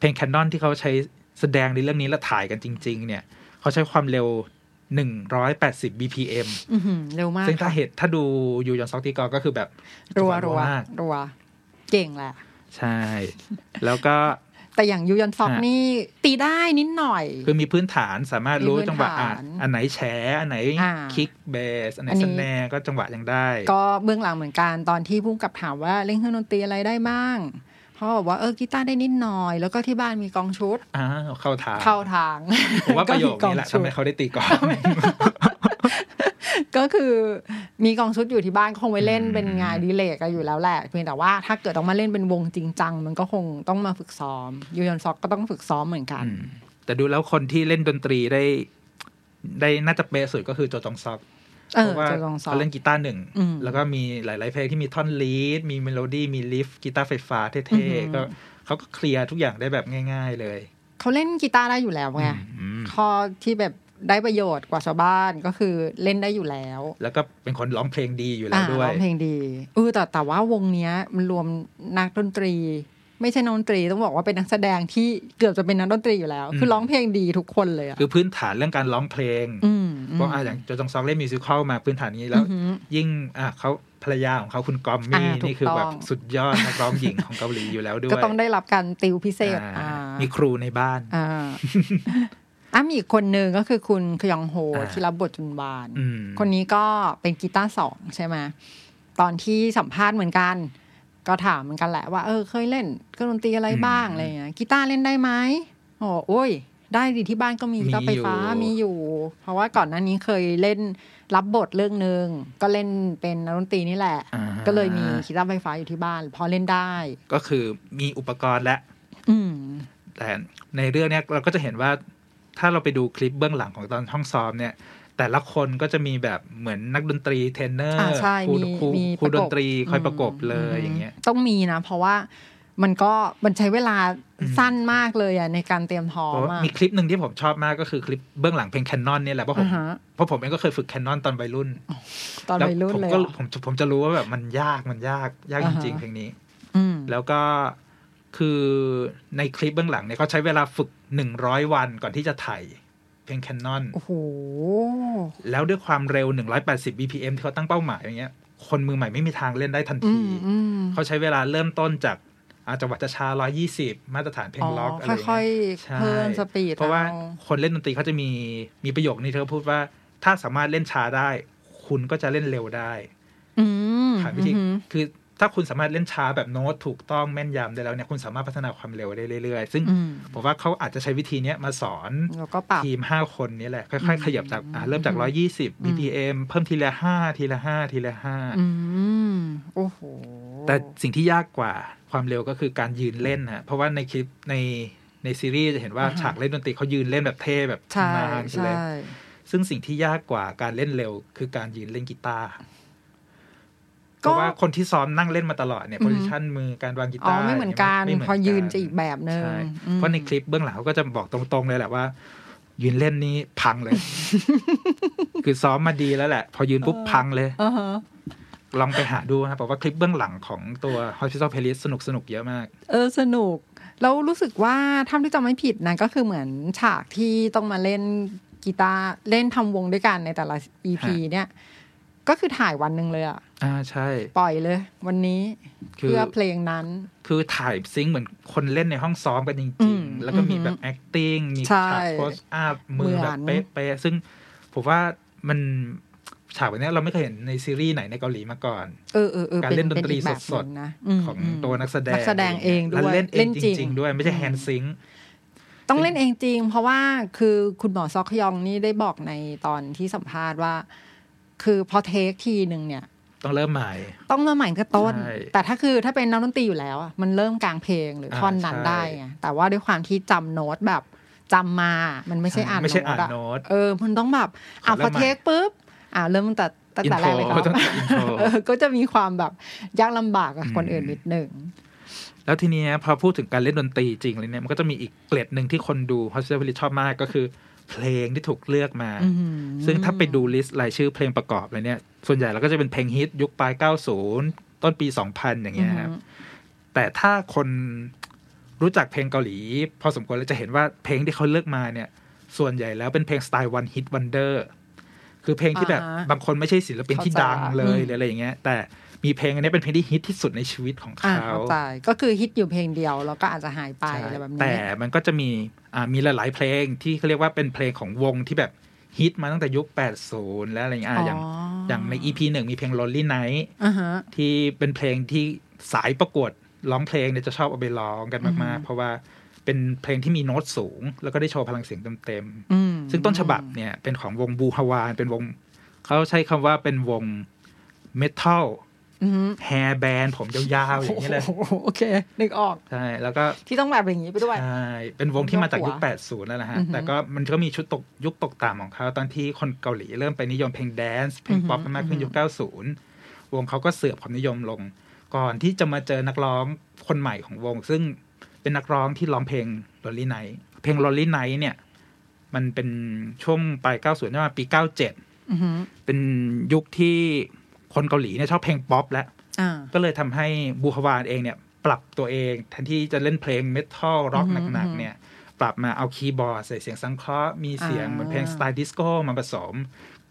เพลงแคนนอนที่เขาใช้แสดงในเรื่องนี้และถ่ายกันจริง ๆ เนี่ย เขาใช้ความเร็ว 180 BPM อื้อหือเร็วมาก ซึ่งถ้าเหตุถ้าดูยูยอนซอกตีกอก็คือแบบ รัว จัง รั ห ว วะมาก รัวเก่งแหละ ใช่ แล้วก็ แต่อย่างยูยอนซอก ฮะ นี่ตีได้นิดหน่อย คือมีพื้นฐานสามารถรู้ มีพื้น จังหวะอ่ะ ฐาน อันไหนแฉอันไหน อ่า คิกเบส อันไหน อันนี้ สแนร์ก็จังหวะยังได้ ก็เบื้องหลังเหมือนกันตอนที่พุ่งกับถามว่าเล่นเครื่องดนตรีอะไรได้บ้างเขาบอกว่าเออกีตาร์ได้นิดหน่อย แล้วก็ที่บ้านมีกองชุด อ้าวเข้าทาง เข้าทาง ผมว่าประโยค ก็นี้มีกอง แหละ ชุ ทำ ด ให้เขาได้ตีกลอง ก็คือมีกองชุดอยู่ที่บ้านคงไว้เล่น อืม เป็นงานอดีเลกกันอยู่แล้วแหละเพียงแต่ว่าถ้าเกิดต้องมาเล่นเป็นวงจริงจังมันก็คงต้องมาฝึกซ้อมยูยอนซอกก็ต้องฝึกซ้อมเหมือนกัน อืมแต่ดูแล้วคนที่เล่นดนตรีได้ ได้น่าจะเป๊ะสุดก็คือโจจองซอก เอ เพ อ ราะว่า จะลองซ้อม เขาเล่นกีตาร์หนึ่ง อืม แล้วก็มีหลาย ๆ เพลงที่มีท่อนลีดมีเมโลดี้มีลิฟกีตาร์ไฟฟ้า อื เท่ ม ๆก็เขาก็เคลียร์ทุกอย่างได้แบบง่าย ๆ เลย เขาเล่นกีตาร์ได้อยู่แล้วไง อืม ข้อที่แบบได้ประโยชน์กว่าชาวบ้านก็คือเล่นได้อยู่แล้ว แล้วก็เป็นคนร้องเพลงดีอยู่แล้วด้ว อ่าย ร้องเพลงดีเออแต่แต่ว่าวงเนี้ยมันรวมนักดนตรี ไม่ใช่นักดนตรีต้องบอกว่าเป็นนักแสดงที่เกือบจะเป็นนักดนตรีอยู่แล้ว อืม คือร้องเพลงดีทุกคนเลยอ่ะ คือพื้นฐานเรื่องการร้องเพลง อืม เพราะอ่ะอย่างโจจองซองเล่นมิวสิควลมาพื้นฐานนี้แล้ว อือหือ ยิ่งอ่ะเขาภรรยาของเขาคุณกอม อ่า มี่ ถูก นี่คือแบบ ต้อง สุดยอดนักร้องหญิงของเกาหลีอยู่แล้วด้วย ก็ต้องได้รับการติวพิเศษ อ่า อ่า มีครูในบ้าน อ่าอ่ะมีอีกคนหนึ่งก็คือคุณคยองโฮ อ่า ที่รับบทจุนบาน อืม คนนี้ก็เป็นกีตาร์สองใช่ไหมตอนที่สัมภาษณ์เหมือนกัน ก็ถามเหมือนกันแหละว่าเออเคยเล่นเครื่องดนตรีอะไรบ้าง อืม อะไรเงี้ยกีตาร์เล่นได้ไหมโอ้โอ้ย ได้ดิที่บ้านก็มีกีตาร์ไฟฟ้า มี มี อยู่ อยู่ เพราะว่าก่อนหน้านี้เคยเล่นรับบทเรื่องหนึ่งก็เล่นเป็นนักดนตรีนี่แหละ อ่า ก็เลยมีกีตาร์ไฟฟ้าอยู่ที่บ้าน พอเล่นได้ ก็คือมีอุปกรณ์และ อืม แต่ในเรื่องเนี้ยเราก็จะเห็นว่าถ้าเราไปดูคลิปเบื้องหลังของตอนห้องซ้อมเนี่ย แต่ละคนก็จะมีแบบเหมือนนักดนตรีเทรนเนอร์ อ่าใช่ ครู มี ครู มี ครู ประกบ ดนตรีคอยประกบเลย ม อย่างเงี้ย ต้องมีนะ เพราะว่ามันก็มันใช้เวลาสั้นมากเลยอ่ะในการเตรียมพร้อ เพ ม ราะว่า อ่ะ มีคลิปหนึ่งที่ผมชอบมากก็คือคลิปเบื้องหลังเพลงแคนนอนเนี่ยแหละเพราะผ อ่าม ฮะ เพราะผมเองก็เคยฝึกแคนนอนตอนวัยรุ่น ตอนวัยรุ่นเลย แวผม เหร ก็ อ ผมผมจะรู้ว่าแบบมันยากมันยากยากจ อ่าฮะ ริงๆเพลงนี้ อืม แล้วก็คือในคลิปเบื้องหลังเนี่ยเขาใช้เวลาฝึกหนึ่งร้อยวันก่อนที่จะถ่ายเพลงแคนนอน โอ้โห แล้วด้วยความเร็ว 180 BPM ที่เขาตั้งเป้าหมายอย่างเงี้ย คนมือใหม่ไม่มีทางเล่นได้ทัน อื ที มอืม เขาใช้เวลาเริ่มต้นจากอาจังหวัดช้า120 มาตรฐานเพลงล็อกอะไร ค่อย เงี้ย ๆ เพิ่มสปีด เพราะว่า อ คนเล่นดนตรีเขาจะมีมีประโยคนี้ที่เขาพูดว่า ถ้าสามารถเล่นช้าได้ คุณก็จะเล่นเร็วได้ อืม ผ่านวิธี อืม คือถ้าคุณสามารถเล่นช้าแบบโน้ตถูกต้องแม่นยำได้แล้วเนี่ยคุณสามารถพัฒนาความเร็วได้เรื่อยๆ ซึ่ง อืม ผมว่าเขาอาจจะใช้วิธีเนี้ยมาสอน แล้วก็ปรับ ทีมห้าคนนี้แหละ ค่อยๆ ขยับจากอ่ะเริ่มจาก อืม ร้อยี่สิบ BPM เพิ่มทีละห้าทีละห้าทีละห้า อืม โอ้โห แต่สิ่งที่ยากกว่าความเร็วก็คือการยืนเล่นฮะเพราะว่าในคลิปในในซีรีส์จะเห็นว่าฉากเล่นดนตรีเขายืนเล่นแบบเท่แบบ ใช่ นานกันเล ใช่ ยซึ่งสิ่งที่ยากกว่าการเล่นเร็ว คือการยืนเล่นกีตาร์เพ ก็ ราะว่าคนที่ซ้อมนั่งเล่นมาตลอดเนี่ยโพซิชันมือการวางกี อ๋อ ตาร์ ไม่เหมือนกัน ไม่เหมื พอยืนจะอีกแบบหนึ่ง ใช่ อืม เพราะในคลิปเบื้องหลังเขาก็จะบอกตรงๆเลยแหละว่า ยืนเล่นนี้พัง เลย คือซ้อมมาดีแล้วแหละ พอยืนปุ๊บพังเลย อ่าฮะ ลองไปหาดูนะครับบอกว่าคลิปเบื้องหลังของตัว Hospital Playlist สนุกสนุกๆเยอะมาก เออ สนุก แล้วรู้สึกว่าถ้าที่จำไม่ผิดนะ ก็คือเหมือนฉากที่ต้องมาเล่นกีตาร์ เล่นทำวงด้วยกันในแต่ละ EP เนี่ย ก็คือถ่ายวันหนึ่งเลยอะ อ่าใช่ ปล่อยเลย วันนี้ คือ เพื่อเพลงนั้น คือถ่ายซิงค์เหมือนคนเล่นในห้องซ้อมกันจ อื ริง ม ๆ แล้วก็มีแบบ acting มี ใช่ ฉากโพสอัพมือ เหมื แบ อบ น เป๊ะๆ ซึ่งผมว่ามันฉากแบบเนี้ยเราไม่เคยเห็นในซีรีส์ไหนในเกาหลีมาก่อน เออเออเออ การเล่นดนตรี เป็อีกแบบ สด หนึ่ ๆ งนะม ของ ม ตัวนักแสดง นักแสดงเองด้วย และเล่นเอ เล่ ง น จ จริง ริง ๆ ด้วยไม่ใช่แฮนด์ซิงค์ ต้องเล่นเองจริง เพราะว่าคือคุณหมอซอกฮยองนี่ได้บอกในตอนที่สัมภาษณ์ว่า คือพอเทคทีหนึ่งเนี่ย ต้องเริ่มใหม่ ต้องเริ่มใหม่ก็ต้น ใช่ แต่ถ้าคือถ้าเป็นนักดนตรีอยู่แล้วอะมันเริ่มกลางเพลงหรือท่อนนั้น อ่าใช่ ได้ไงแต่ว่าด้วยความที่จำโน้ตแบบจำมา มันไม่ใช่ ใช่ อ่าน ไม่ใช่อ่าน โน้ตโน้ตอะเออ มันต้องแบบอ่ะ ขอเริ่ พอ มใหม่ เทคปุ๊บอ่ะเริ่มตั้งแต่ตั้งแต่แรกเลยครั อิ บ นโทรต้องอินโทร เออก็จะมีความแบบยากลำบากกับคนอื่นนิดหนึ่ง แล้วทีเนี้ยพอพูดถึงการเล่นดนตรีจริงเลยเนี่ย มันก็จะมีอีกเกล็ดหนึ่งที่คนดู Hospital Playlist ชอบมากก็คือ เพลงที่ถูกเลือกมา ซึ่งถ้าไปดูลิสต์รายชื่อเพลงประกอบเลยเนี่ย ส่วนใหญ่เราก็จะเป็นเพลงฮิตยุคปลาย 90 ต้นปี 2000 อย่างเงี้ยครับ แต่ถ้าคนรู้จักเพลงเกาหลี พอสมควรแล้วจะเห็นว่าเพลงที่เขาเลือกมาเนี่ย ส่วนใหญ่แล้วเป็นเพลงสไตล์ one hit wonder คือเพลงที่แบบ อ่าฮะ บางคนไม่ใช่ศิลปินที่ดังเลย เข้าใจ หรืออะไรอย่างเงี้ย แต่มีเพลงอันนี้เป็นเพลงที่ฮิตที่สุดในชีวิตของ อ่า เขา เข้าใจก็คือฮิตอยู่เพลงเดียวแล้วก็อาจจะหายไปอะไรแบบนี้ แต่มันก็จะมีอ่ามีหลาย ๆ เพลงที่เขาเรียกว่าเป็นเพลงของวงที่แบบฮิตมาตั้งแต่ยุค 80 แล้วอะไรอย่างเงี้ยอ่ะอย่าง อ๋อ อ อ ย่างใน EP หนึ่งมีเพลง Lonely Night อ่าฮะ ที่เป็นเพลงที่สายประกวดร้องเพลงเนี่ยจะชอบเอาไปร้องกันมาก ๆ เพราะว่าเป็นเพลงที่มีโน้ตสูง แล้วก็ได้โชว์พลังเสียงเต็ม อืม ๆ ซึ่งต้นฉบับเนี่ยเป็นของวงบูฮาวานเป็นวง เขาใช้คำว่าเป็นวงเมทัล อืม แฮร์แบนผมยาวๆอย่างเงี้ยเลย โอ้โหโอเคนึกออก ใช่แล้วก็ ที่ต้องแบบอย่างนี้ไปด้วย ใช่ เป็นวงที่มาจากยุค หัว 80 นั่นแหละฮะ อือฮึ แต่ก็มันก็มีชุดตกยุคตกต่ำของเขาตอนที่คนเกาหลีเริ่มไปนิยมเพลงแดนซ์ เพลงป๊อป อือกันฮึมากขึ้นยุค 90 วงเขาก็เสื่อมความนิยมลง ก่อนที่จะมาเจอนักร้องคนใหม่ของวง ซึ่งเป็นนักร้องที่ร้องเพลง Lonely Night เพลง Lonely Night เนี่ย มันเป็นช่วงปลาย 90นี่มาปี 97 อือฮึ เป็นยุคที่คนเกาหลีเนี่ยชอบเพลงป๊อปแล้ว อ่า ก็เลยทำให้บูฮาวานเองเนี่ยปรับตัวเองแทนที่จะเล่นเพลงเมทัลร็อก อือฮึ หนัก อือฮึ ๆเนี่ย ปรับมาเอาคีย์บอร์ดใส่เสียงสังเคราะห์มีเสียง อ่า เหมือนเพลงสไตล์ดิสโก้มาผสม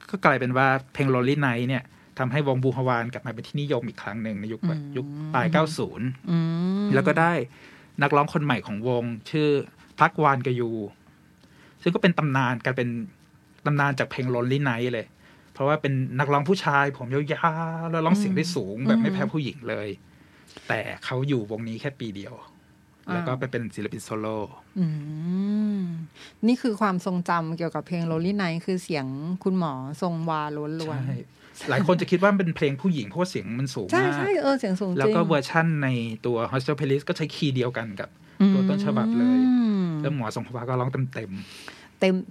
ก็กลายเป็นว่าเพลง Lonely Night เนี่ยทำให้วงบูฮาวานกลับมาเป็นที่นิยมอีกครั้งหนึ่งในยุคแบบยุคปลาย 90 อืม แล้วก็ได้นักร้องคนใหม่ของวง ชื่อพักวานกยู ซึ่งก็เป็นตำนานกลายเป็นตำนานจากเพลง Lonely Night เลย เพราะว่าเป็นนักร้องผู้ชาย ผมยาวๆแล้วร้องเสียงได้สูงแบบไม่แพ้ผู้หญิงเลย แต่เขาอยู่วงนี้แค่ปีเดียว อ่า แล้วก็ไปเป็นศิลปินโซโล่ อืมนี่คือความทรงจำเกี่ยวกับเพลง Lonely Night คือเสียงคุณหมอทรงวาล้วน ใช่หลายคนจะคิดว่ามันเป็นเพลงผู้หญิงเพราะว่าเสียงมันสูง ๆ ใช่ มาก ใช่เออเสียงสูงจริง แล้วก็เวอร์ชั่นในตัว Hostel Playlist ก็ใช้คีย์เดียวกันกับ ตัวต้นฉบับเลย อืม แล้วหมอสงภาก็ร้องเต็ม เต็ม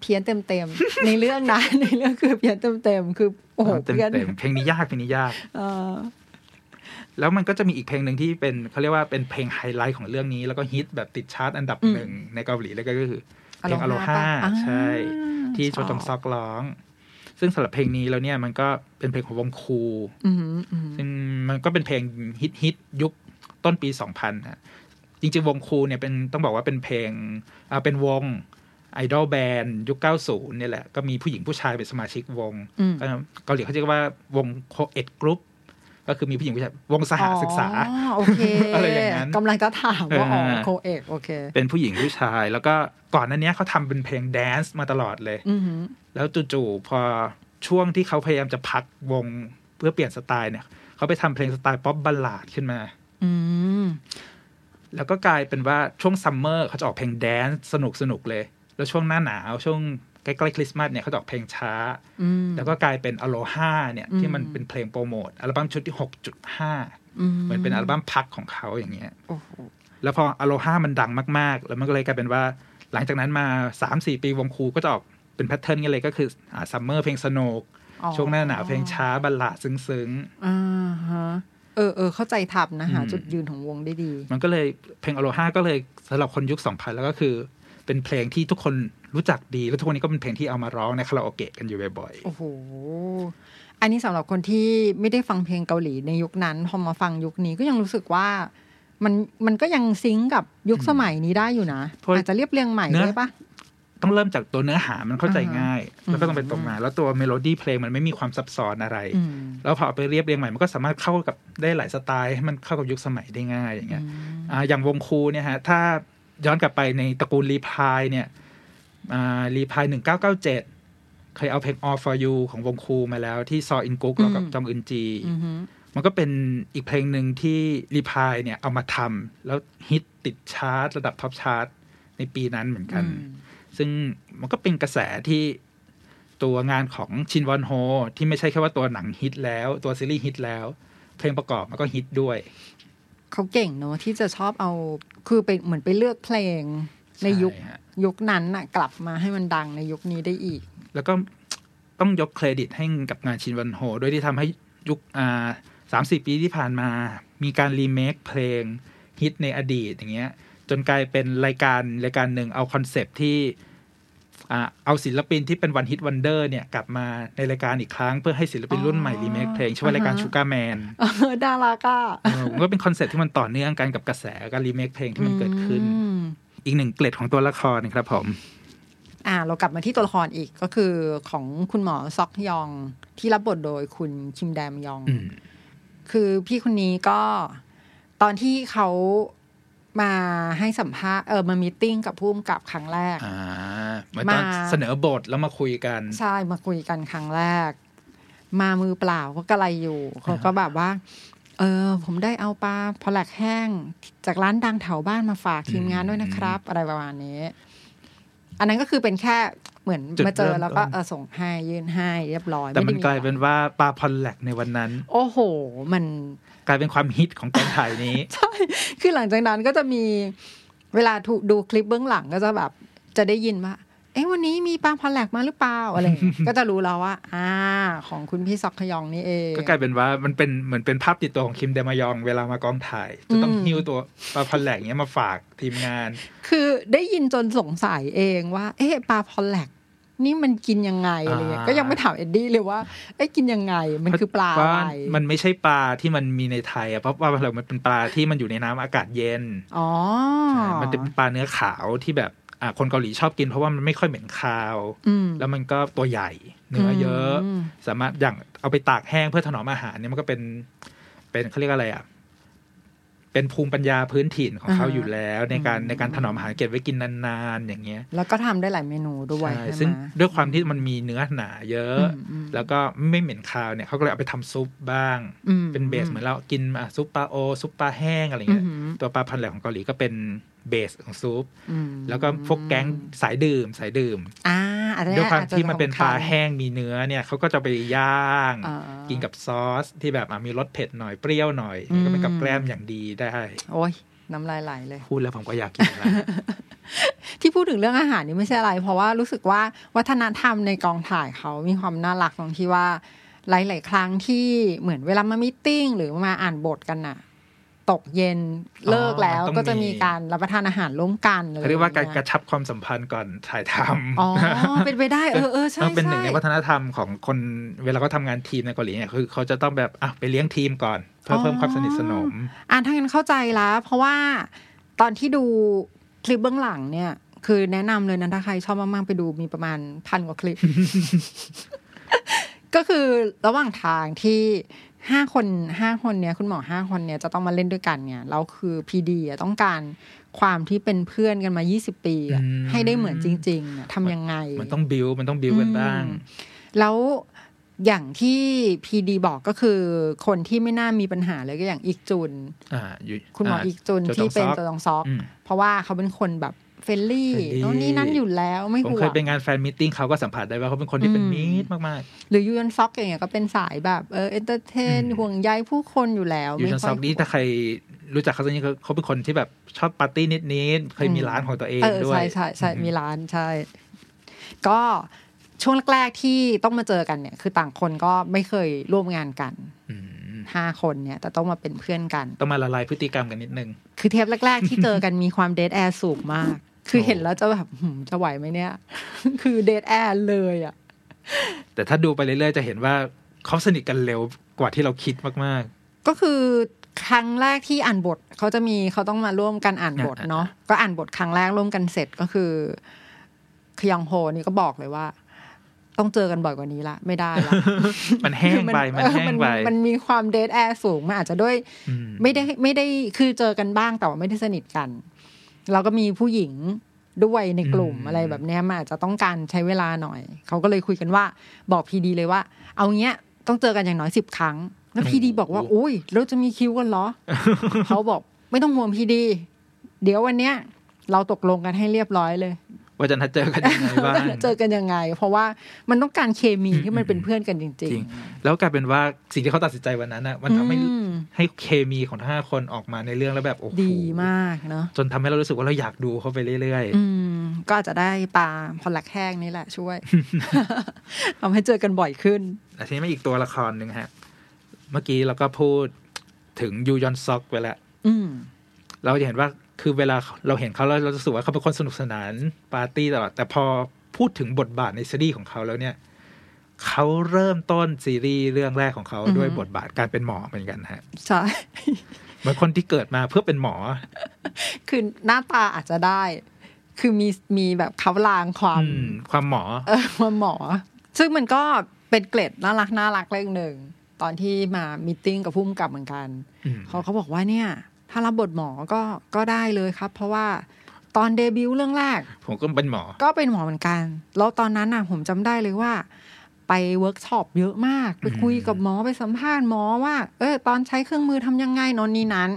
เพี้ยนเต็มเต็มๆ ในเรื่องนะ ในเรื่องคือเพี้ยนเต็มเต็มๆคือโอ้โห ๆ เต็ม เพี้ยน เต็มๆเพลงนี้ยากเพลงนี้ยาก เออ แล้วมันก็จะมีอีกเพลงหนึ่งที่เป็นเขาเรียกว่าเป็นเพลงไฮไลท์ของเรื่องนี้ แล้วก็ฮิตแบบติดชาร์ตอันดับหนึ่งในเกาหลีเลยก็คือ เพลงอโลฮา ปะอ่า ใช่ ที่โช บ จงซอกร้อง ซึ่งสำหรับเพลงนี้แล้วเนี่ยมันก็เป็นเพลงของวงคู อือหืออือหือ ซึ่งมันก็เป็นเพลงฮิตฮิตยุคต้นปี 2000ฮะจริงๆ วงคูเนี่ยเป็นต้องบอกว่าเป็นเพลงอ่าเป็นวงไอดอลแบนด์ยุค 90 เนี่ยแหละ ก็มีผู้หญิงผู้ชายเป็นสมาชิกวง อืม ก็เกาหลีเขาเรียกว่าวงโคเอ็ดกรุ๊ปก็คือมีผู้หญิงผู้ชาย วงสหศึกษา อ๋อโอเค อะไรอย่างนั้น กำลังจะถามว่าอ๋อ เออ โคเอกโอเค เป็นผู้หญิงผู้ชาย แล้วก็ก่อนหนั้นเนี้ยเขาทำเป็นเพลงแดนซ์มาตลอดเลย อือหือ แล้วจู่ๆพอช่วงที่เขาพยายามจะพักวงเพื่อเปลี่ยนสไตล์เนี่ยเขาไปทำเพลงสไตล์ป๊อปบัลลาดขึ้นมา อืม แล้วก็กลายเป็นว่าช่วงซัมเมอร์เขาจะออกเพลงแดนซ์สนุกสนุกๆเลย แล้วช่วงหน้าหนาว ช่วงใกล้ๆคริสต์มาสเนี่ยเขาจะออกเพลงช้า อืม แล้วก็กลายเป็นอโลฮาเนี่ย อืม ที่มันเป็นเพลงโปรโมทอัลบั้มชุดที่ 6.5 เหมือนเป็นอัลบั้มพักของเขาอย่างเงี้ย โอ้โห แล้วพออโลฮามันดังมาก ๆ แล้วมันก็เลยกลายเป็นว่า หลังจากนั้นมา 3 4 ปีวงครูก็จะออกเป็นแพทเทิร์นกันเลยก็คืออ่าซัมเมอร์เพลงสนุก อ๋อ ช่วงหน้าหนาวเพลงช้าบัลลาดซึ้ง อ่าฮะเออเออเข้าใจทับนะหา อืม จุดยืนของวงได้ดี ๆ มันก็เลยเพลงอโลฮาก็เลยสำหรับคนยุค 2000 แล้วก็คือ เป็นเพลงที่ทุกคนรู้จักดี แล้วทุกวันนี้ก็เป็นเพลงที่เอามาร้องในคาราโอเกะกันอยู่บ่อย โอ้โห อันนี้สำหรับคนที่ไม่ได้ฟังเพลงเกาหลีในยุคนั้น พอมาฟังยุคนี้ก็ยังรู้สึกว่ามันมันก็ยังซิงก์กับยุคสมัยนี้ได้อยู่นะอาจจะเรียบเรียงใหม่ได้ปะ ๆ ต้องเริ่มจากตัวเนื้อหามันเข้าใจง่าย อืม แล้วก็ต้องไปตรงมาแล้วตัวเมโลดี้เพลงมันไม่มีความซับซ้อนอะไร อืม แล้วพอเอาไปเรียบเรียงใหม่มันก็สามารถเข้ากับได้หลายสไตล์ให้มันเข้ากับยุคสมัยได้ง่ายอย่างเงี้ย อ่าอย่างวงครูเนี่ยฮะถ้าย้อนกลับไปในตระกูลรีพายเนี่ยรีพายหนึ่งเก้าเก้าเจ็ดเคยเอาเพลง All for You ของวงครูมาแล้วที่ซออินกุ๊กเรากับจองอึนจี อืมอืม มันก็เป็นอีกเพลงหนึ่งที่รีพายเนี่ยเอามาทำแล้วฮิตติดชาร์ตระดับท็อปชาร์ตในปีนั้นเหมือนกัน ซึ่งมันก็เป็นกระแสที่ตัวงานของชินวอนโฮ ที่ไม่ใช่แค่ว่าตัวหนังฮิตแล้ว ตัวซีรีส์ฮิตแล้ว เพลงประกอบมันก็ฮิตด้วย เขาเก่งเนอะที่จะชอบเอาคือไปเหมือนไปเลือกเพลงในยุค ใช่ฮะ ยุคนั้นน่ะ กลับมาให้มันดังในยุคนี้ได้อีก แล้วก็ ต้องยกเครดิตให้กับงานชินวันโฮด้วยที่ทำให้ยุคสามสี่ปีที่ผ่านมา มีการรีเมคเพลงฮิตในอดีตอย่างเงี้ย จนกลายเป็นรายการรายการหนึ่งเอาคอนเซปต์ที่อ่าเอาศิลปินที่เป็นวันฮิตวันเดอร์เนี่ย กลับมาในรายการอีกครั้ง เพื่อให้ศิลปินรุ่นใหม่รีเมคเพลงชื่อว่ารายการ อ่าฮะ ชูการ์แมน เออดาราก้า มันก็เป็นคอนเซปต์ที่มันต่อเนื่องกันกับกระแสการรีเมคเพลงที่มันเกิดขึ้น อืม อีกหนึ่งเกล็ดของตัวละครนะครับผม อ่าเรากลับมาที่ตัวละครอีกก็คือของคุณหมอซอกยองที่รับบทโดยคุณคิมแดมยอง อืม คือพี่คนนี้ก็ตอนที่เขามาให้สัมภาษณ์เออมามีตติ้งกับผู้กำกับครั้งแรก อ่าเหมือนตอน มา เสนอบทแล้วมาคุยกัน ใช่มาคุยกันครั้งแรก มามือเปล่าก็กระไรอยู่เขาก็แบบว่า เออ ผมได้เอาปลาพอแหลกแห้ง จากร้านดังแถวบ้านมาฝากทีมงานด้วยนะครับ อะไรประมาณนี้ อันนั้นก็คือเป็นแค่เหมือน จุด มาเจอ เริ่ม แล้วก็ ต้น เออส่งให้ยื่นให้เรียบร้อย แต่มัน ไได้ กลายเป็นว่าปลาพอนแลกในวันนั้น โอ้โห มัน กลายเป็นความฮิตของกองถ่ายนี้ ใช่ คือหลังจากนั้นก็จะมีเวลาถูกดูคลิปเบื้องหลังก็จะแบบจะได้ยินว่า เอ๊ะวันนี้มีปลาพอแหลกมาหรือเปล่าอะไรอย่างเงี้ ย ก็จะรู้แล้วว่า อ่า ของคุณพี่ซอกขยองนี่เอง ก็กลายเป็นว่ามันเป็นเหมือนเป็นภาพติดตัวของคิมเดมายองเวลามากองถ่าย จะต้อง อืม หิ้วตัวปลาพอนแลกเนี้ยมาฝากทีมงาน คือได้ยินจนสงสัยเองว่า เอ๊ะปลาพอแหลกนี่มันกินยังไงอะไรเงี้ย อ่า ก็ยังไม่ถามเอ็ดดี้เลยว่า เอ๊ะกินยังไง มันคือปลา เพราะ อะไร ว่ามันไม่ใช่ปลาที่มันมีในไทยอะเพราะว่าปลาพอนแลกมันเป็นปลาที่มันอยู่ในน้ำอากาศเย็น อ๋อ ใช่มันเป็นปลาเนื้อขาวที่แบบอ่ะคนเกาหลีชอบกินเพราะว่ามันไม่ค่อยเหม็นคาว อืม แล้วมันก็ตัวใหญ่เนื้อเยอะ ม สามารถอย่างเอาไปตากแห้งเพื่อถนอมอาหารเนี่ยมันก็เป็นเป็นเขาเรียกอะไรอ่ะเป็นภูมิปัญญาพื้นถิ่นของเขาอยู่แล้ว ในการในการถนอมอาหารเก็บไว้กินนานๆอย่างเงี้ย แล้วก็ทำได้หลายเมนูด้วย ใช่ ใช่ไหม ซึ่งด้วยความที่มันมีเนื้อหนาเยอะ มอืม แล้วก็ไม่เหม็นคาวเนี่ยเขาก็เลยเอาไปทำซุปบ้าง อืม เป็นเบสเหมือนเรากินอ่ะซุปปลาโอ ซุปปลาแห้งอะไรเงี้ย อือหือ ตัวปลาพันแหลกของเกาหลีก็เป็นเบสของซุป อืม แล้วก็พวกแก๊งสายดื่มสายดื่ม อ่าอันนี้ ด้วยความ อจจะ ที่มันเป็น สำ ป คัญ ลาแห้งมีเนื้อเนี่ยเขาก็จะไปย่าง อ่า กินกับซอสที่แบบอ่ะมีรสเผ็ดหน่อยเปรี้ยวหน่อย อืม ก็เป็นกับแกล้มอย่างดีได้ โอ้ยน้ำลายไหลเลย พูดแล้วผมก็อยากกินละ ที่พูดถึงเรื่องอาหารนี่ไม่ใช่อะไร เพราะว่ารู้สึกว่าวัฒนธรรมในกองถ่ายเขามีความน่ารักตรงที่ว่า หลาย ๆ ครั้งที่เหมือนเวลามามิทติ้งหรือมาอ่านบทกันน่ะ ตกเย็นเลิกแล้วก็จะมีการรับประทานอาหารร่วมกันเลย เขาเรียกว่าการกระชับความสัมพันธ์ก่อนถ่ายทำ อ๋อเป็นไปได้เออเออใช่ เออเป็นหนึ่งในวัฒ ใช่ นธรรมของคนเวลาเขาทำงานทีมในเกาหลีเนี่ยคือเขาจะต้องแบบอ่ะไปเลี้ยงทีมก่อน เพื่อเพิ่มความสนิทสนม อ่านทางนั้นเข้าใจแล้ว เพราะว่าตอนที่ดูคลิปเบื้องหลังเนี่ย คือแนะนำเลยนะถ้าใครชอบมากๆไปดูมีประมาณพันกว่าคลิป ก็คือระหว่างทางที่ห้าคนห้าคนเนี่ยคุณหมอห้าคนเนี่ยจะต้องมาเล่นด้วยกันเนี่ยแล้วคือพีดีต้องการความที่เป็นเพื่อนกันมา 20 ปีอะ อืม ให้ได้เหมือนจริงๆอะทำยังไง มันต้องบิวมันต้องบิวกันบ้าง อืมแล้วอย่างที่พีดีบอกก็คือคนที่ไม่น่ามีปัญหาเลยก็อย่างอีกจุน อ่าอยู่ คุณหมออีกจุน โจ ที่เป็น ซอก ตัวรองซอก อืม เพราะว่าเขาเป็นคนแบบเฟรนลี่ friendly โน่นนี่นั่นอยู่แล้วไม่ ผม ห่ว เคย ง ไปงานแฟนมิทติ้งเขาก็สัมผัสได้ว่าเขาเป็นคนที่เป็น อืม มิตรมาก หรือยูยอนซอกอย่างเงี้ยก็เป็นสายแบบเออเอนเตอร์เทน อืม ห่วงใยผู้คนอยู่แล้ว ๆอยู่ชันซอก ไม่ค่ย นี่ถ้าใครรู้จักเขาสักนิดเขาเขาเป็นคนที่แบบชอบปาร์ตี้นิดๆเคยมี อืม ร้านของตัวเอง เออ ด้วย ใช่ใช่ใช่มีร้านใช่ ก็ช่วงแรกๆที่ต้องมาเจอกันเนี่ย คือต่างคนก็ไม่เคยร่วมงานกัน อืม ห้าคนเนี่ย แต่ต้องมาเป็นเพื่อนกัน ต้องมาละลายพฤติกรรมกันนิดนึง คือเทปแรก ๆ ที่เจอกัน มีความเดทแอร์สูงมาก คือเห็นแล้วจะแบบหืมจะไหวไหมเนี่ย คือเดทแอร์เลยอ่ะ แต่ถ้าดูไปเรื่อยๆ จะเห็นว่าเขาสนิทกันเร็วกว่าที่เราคิดมาก ก็คือครั้งแรกที่อ่านบทเขาจะมีเขาต้องมาร่วมกันอ่านบท อ่า เนาะก็อ่านบทครั้งแรกร่วมกันเสร็จก็คือ ข คยองโฮนี่ก็บอกเลยว่า ต้องเจอกันบ่อยกว่านี้ละไม่ได้ละ มันแห้งไปมัน เออ แห้งไป มันมันมีความเดทแอร์สูง มันอาจจะด้วย อืม ไม่ได้ไม่ได้คือเจอกันบ้างแต่ว่าไม่ได้สนิทกัน เราก็มีผู้หญิงด้วยในกลุ่มอะไรแบบเนี้ยมันอาจจะต้องการใช้เวลาหน่อย เขาก็เลยคุยกันว่าบอกพีดีเลยว่า เอาเงี้ยต้องเจอกันอย่างน้อยสิบครั้ง แล้วพีดีบอกว่าอุ้ยเราจะมีคิวกันเหรอ เขาบอกไม่ต้องห่วงพีดี เดี๋ยววันเนี้ย เราตกลงกันให้เรียบร้อยเลย ว่าจะนัดเจอกันยังไงบ้าง เจอกันยังไง เพราะว่ามันต้องการเคมีที่มันเป็นเพื่อนกันจริง จริง แล้วกลายเป็นว่าสิ่งที่เขาตัดสินใจวันนั้นน่ะมันทำให้ อืม ให้เคมีของทั้งห้าคนออกมาในเรื่องแล้วแบบโอ้โห ๆ ดีมากเนาะ จนทำให้เรารู้สึกว่าเราอยากดูเขาไปเรื่อย อืมก็อาจจะได้ปลาพอลักแห้งนี่แหละ ช่วย ทำให้เจอกันบ่อยขึ้น ๆแต่ทีนี้มาอีกตัวละครหนึ่งฮะ เมื่อกี้เราก็พูดถึงยูยอนซอกไปแล้ว อืม เราจะเห็นว่าคือเวลาเราเห็นเขาแล้วเราจะรู้สึกว่าเขาเป็นคนสนุกสนานปาร์ตี้ตลอดแต่พอพูดถึงบทบาทในซีรีส์ของเขาแล้วเนี่ยเขาเริ่มต้นซีรีส์เรื่องแรกของเขา อือฮึ ด้วยบทบาทการเป็นหมอเหมือนกันฮะ ใช่ เหมือนคนที่เกิดมาเพื่อเป็นหมอ คือหน้าตาอาจจะได้ คือมีมีแบบเขาลางความ อืม ความหมอ เออความหมอ ซึ่งมันก็เป็นเกร็ดน่ารักน่ารักเรื่องหนึ่ง ตอนที่มามีตติ้งกับผู้กำกับเหมือนกัน อืม เขาเขาบอกว่าเนี่ย ถ้ารับบทหมอก็ก็ได้เลยครับ เพราะว่าตอนเดบิวต์เรื่องแรก ผมก็เป็นหมอ ก็เป็นหมอเหมือนกัน แล้วตอนนั้นน่ะผมจำได้เลยว่า ไปเวิร์กช็อปเยอะมาก ไปคุยกับหมอไปสัมภาษณ์หมอว่า เออตอนใช้เครื่องมือทำยังไงโนอนนี่นั้น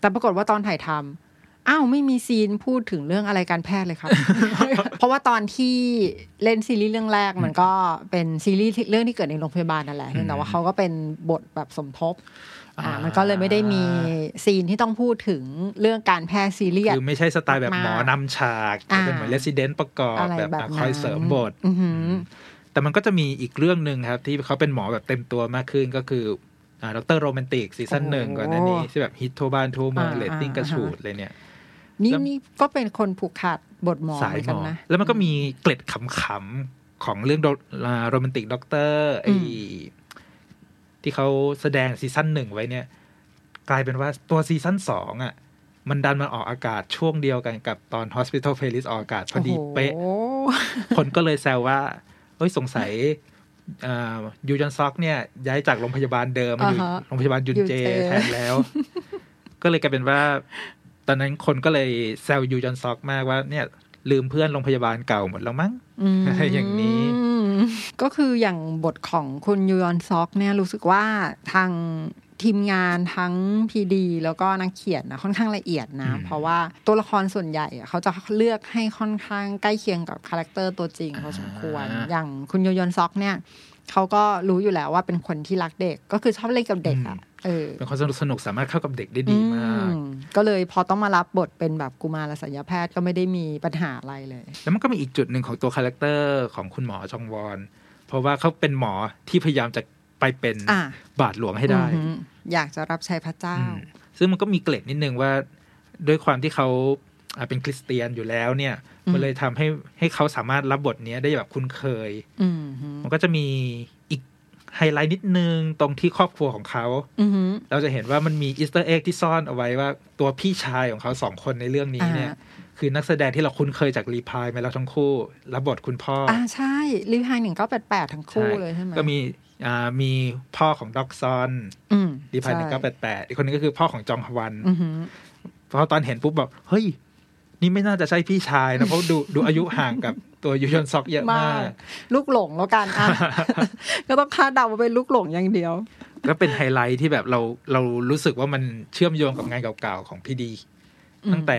แต่ปรากฏว่าตอนถ่ายทำอ้าวไม่มีซีนพูดถึงเรื่องอะไรการแพทย์เลยครับ เพราะว่าตอนที่เล่นซีรีส์เรื่องแรกมันก็เป็นซีรีส์ที่เรื่องที่เกิดในโรงพยาบาลนั่นแหละเพียงแต่ว่าเขาก็เป็นบทแบบสมทบ อ่า มันก็เลยไม่ได้มีซีนที่ต้องพูดถึงเรื่องการแพทย์ซีเรียส คือไม่ใช่สไตล์แบบหมอนำฉาก อ่า แต่เป็นเหมือนเลส i เดนต์ประกอบ อะไร แบบ แบบ อ่ะ นั้น คอยเสริมบท อือหือ แต่มันก็จะมีอีกเรื่องหนึ่งครับ ที่เขาเป็นหมอแบบเต็มตัวมากขึ้นก็คือด็อกเตอร์โรแมนติกซีซั่น โอ้โห หนึ่งก่อนหน้านี้ที่แบบฮิตโทบานโทเมือง อ่า เลตติ้ง อ่าก ระฉูด อ่า เลยเนี่ย นี่ แล้ว นี่ก็เป็นคนผูกขาดบทหมอ สา เห ยหมมือนกัน อ นะ แล้วมันก็มีเกล็ดขำๆของเรื่องโรแมนติกด็อกเตอร์ไอ อื ที่เขาแสดงซีซั่นหนึ่งไว้เนี่ย กลายเป็นว่าตัวซีซั่นสองอ่ะ มันดันมาออกอากาศช่วงเดียวกันกับตอน Hospital Playlist ออกอากาศพอดีเป๊ะ โอ้โห คนก็เลยแซวว่าเอ้ยสงสัยเอ่อยูจอนซอกเนี่ยย้ายจากโรงพยาบาลเดิมมาอยู่ อ่าฮะ โรงพยาบาลยุนเจ ยุนเจ แทนแล้ว ก็เลยกลายเป็นว่า ตอนนั้นคนก็เลยแซวยูจอนซอกมากว่าเนี่ย ลืมเพื่อนโรงพยาบาลเก่าหมดแล้วมั้ง ม อย่างนี้ ก็คืออย่างบทของคุณยูยอนซอกเนี่ยรู้สึกว่าทางทีมงานทั้งพีดีแล้วก็นักเขียนนะค่อนข้างละเอียดนะ เพราะว่าตัวละครส่วนใหญ่อะเขาจะเลือกให้ค่อนข้างใกล้เคียงกับคาแรคเตอร์ตัวจริงพอสมควร อย่างคุณยูยอนซอกเนี่ยเขาก็รู้อยู่แล้วว่าเป็นคนที่รักเด็ก ก็คือชอบเล่นกับเด็กอ่ะเออ เป็นคนสนุกสนุกสามารถเข้ากับเด็กได้ดีมาก อืมก็เลยพอต้องมารับบทเป็นแบบกุมารศัลยแพทย์ก็ไม่ได้มีปัญหาอะไรเลย แล้วมันก็มีอีกจุดหนึ่งของตัวคาแรคเตอร์ของคุณหมอจองวอนเพราะว่าเขาเป็นหมอที่พยายามจะไปเป็น อ่ะ บาทหลวงให้ได้ อือหืออยากจะรับใช้พระเจ้า อืมซึ่งมันก็มีเกล็ดนิดนึงว่า ด้วยความที่เขาอ่ะเป็นคริสเตียนอยู่แล้วเนี่ย อืม มันเลยทำให้ให้เขาสามารถรับบทเนี้ยได้แบบคุ้นเคย อือหือ มันก็จะมีอีกไฮไลท์นิดนึงตรงที่ครอบครัวของเขา อือหือ เราจะเห็นว่ามันมีอีสเตอร์เอ็กที่ซ่อนเอาไว้ว่าตัวพี่ชายของเขาสองคนในเรื่องนี้เนี่ย คือนักแสดงที่เราคุ้นเคยจากรีพายมาแล้วทั้งคู่ รับบทคุณพ่ออ อ่าใช่รีพายหนึ่งก็แปดแปดทั้งคู่เลยใช่ไหม ก็มีอ่ามีพ่อของด็อกซอน อืม รีพายหนึ่ง ใช่ เก้าแปดแปดอีกคนนึงก็คือพ่อของจองฮวัน อือหือ พอตอนเห็นปุ๊บแบบเฮ้ย นี่ไม่น่าจะใช่พี่ชาย นะ เพราะดูดูอายุห่างกับตัวยูยอนซอกเยอะ มาม าก ก ลูกหลงแล้วกัน อ่ะ ก็ต้องคาดเดาว่าเป็นลูกหลงอย่างเดียว ก็เป็นไฮไลท์ที่แบบเราเรารู้สึกว่ามันเชื่อมโยงกับงานเก่าๆของพี่ดี อืม ตั้งแต่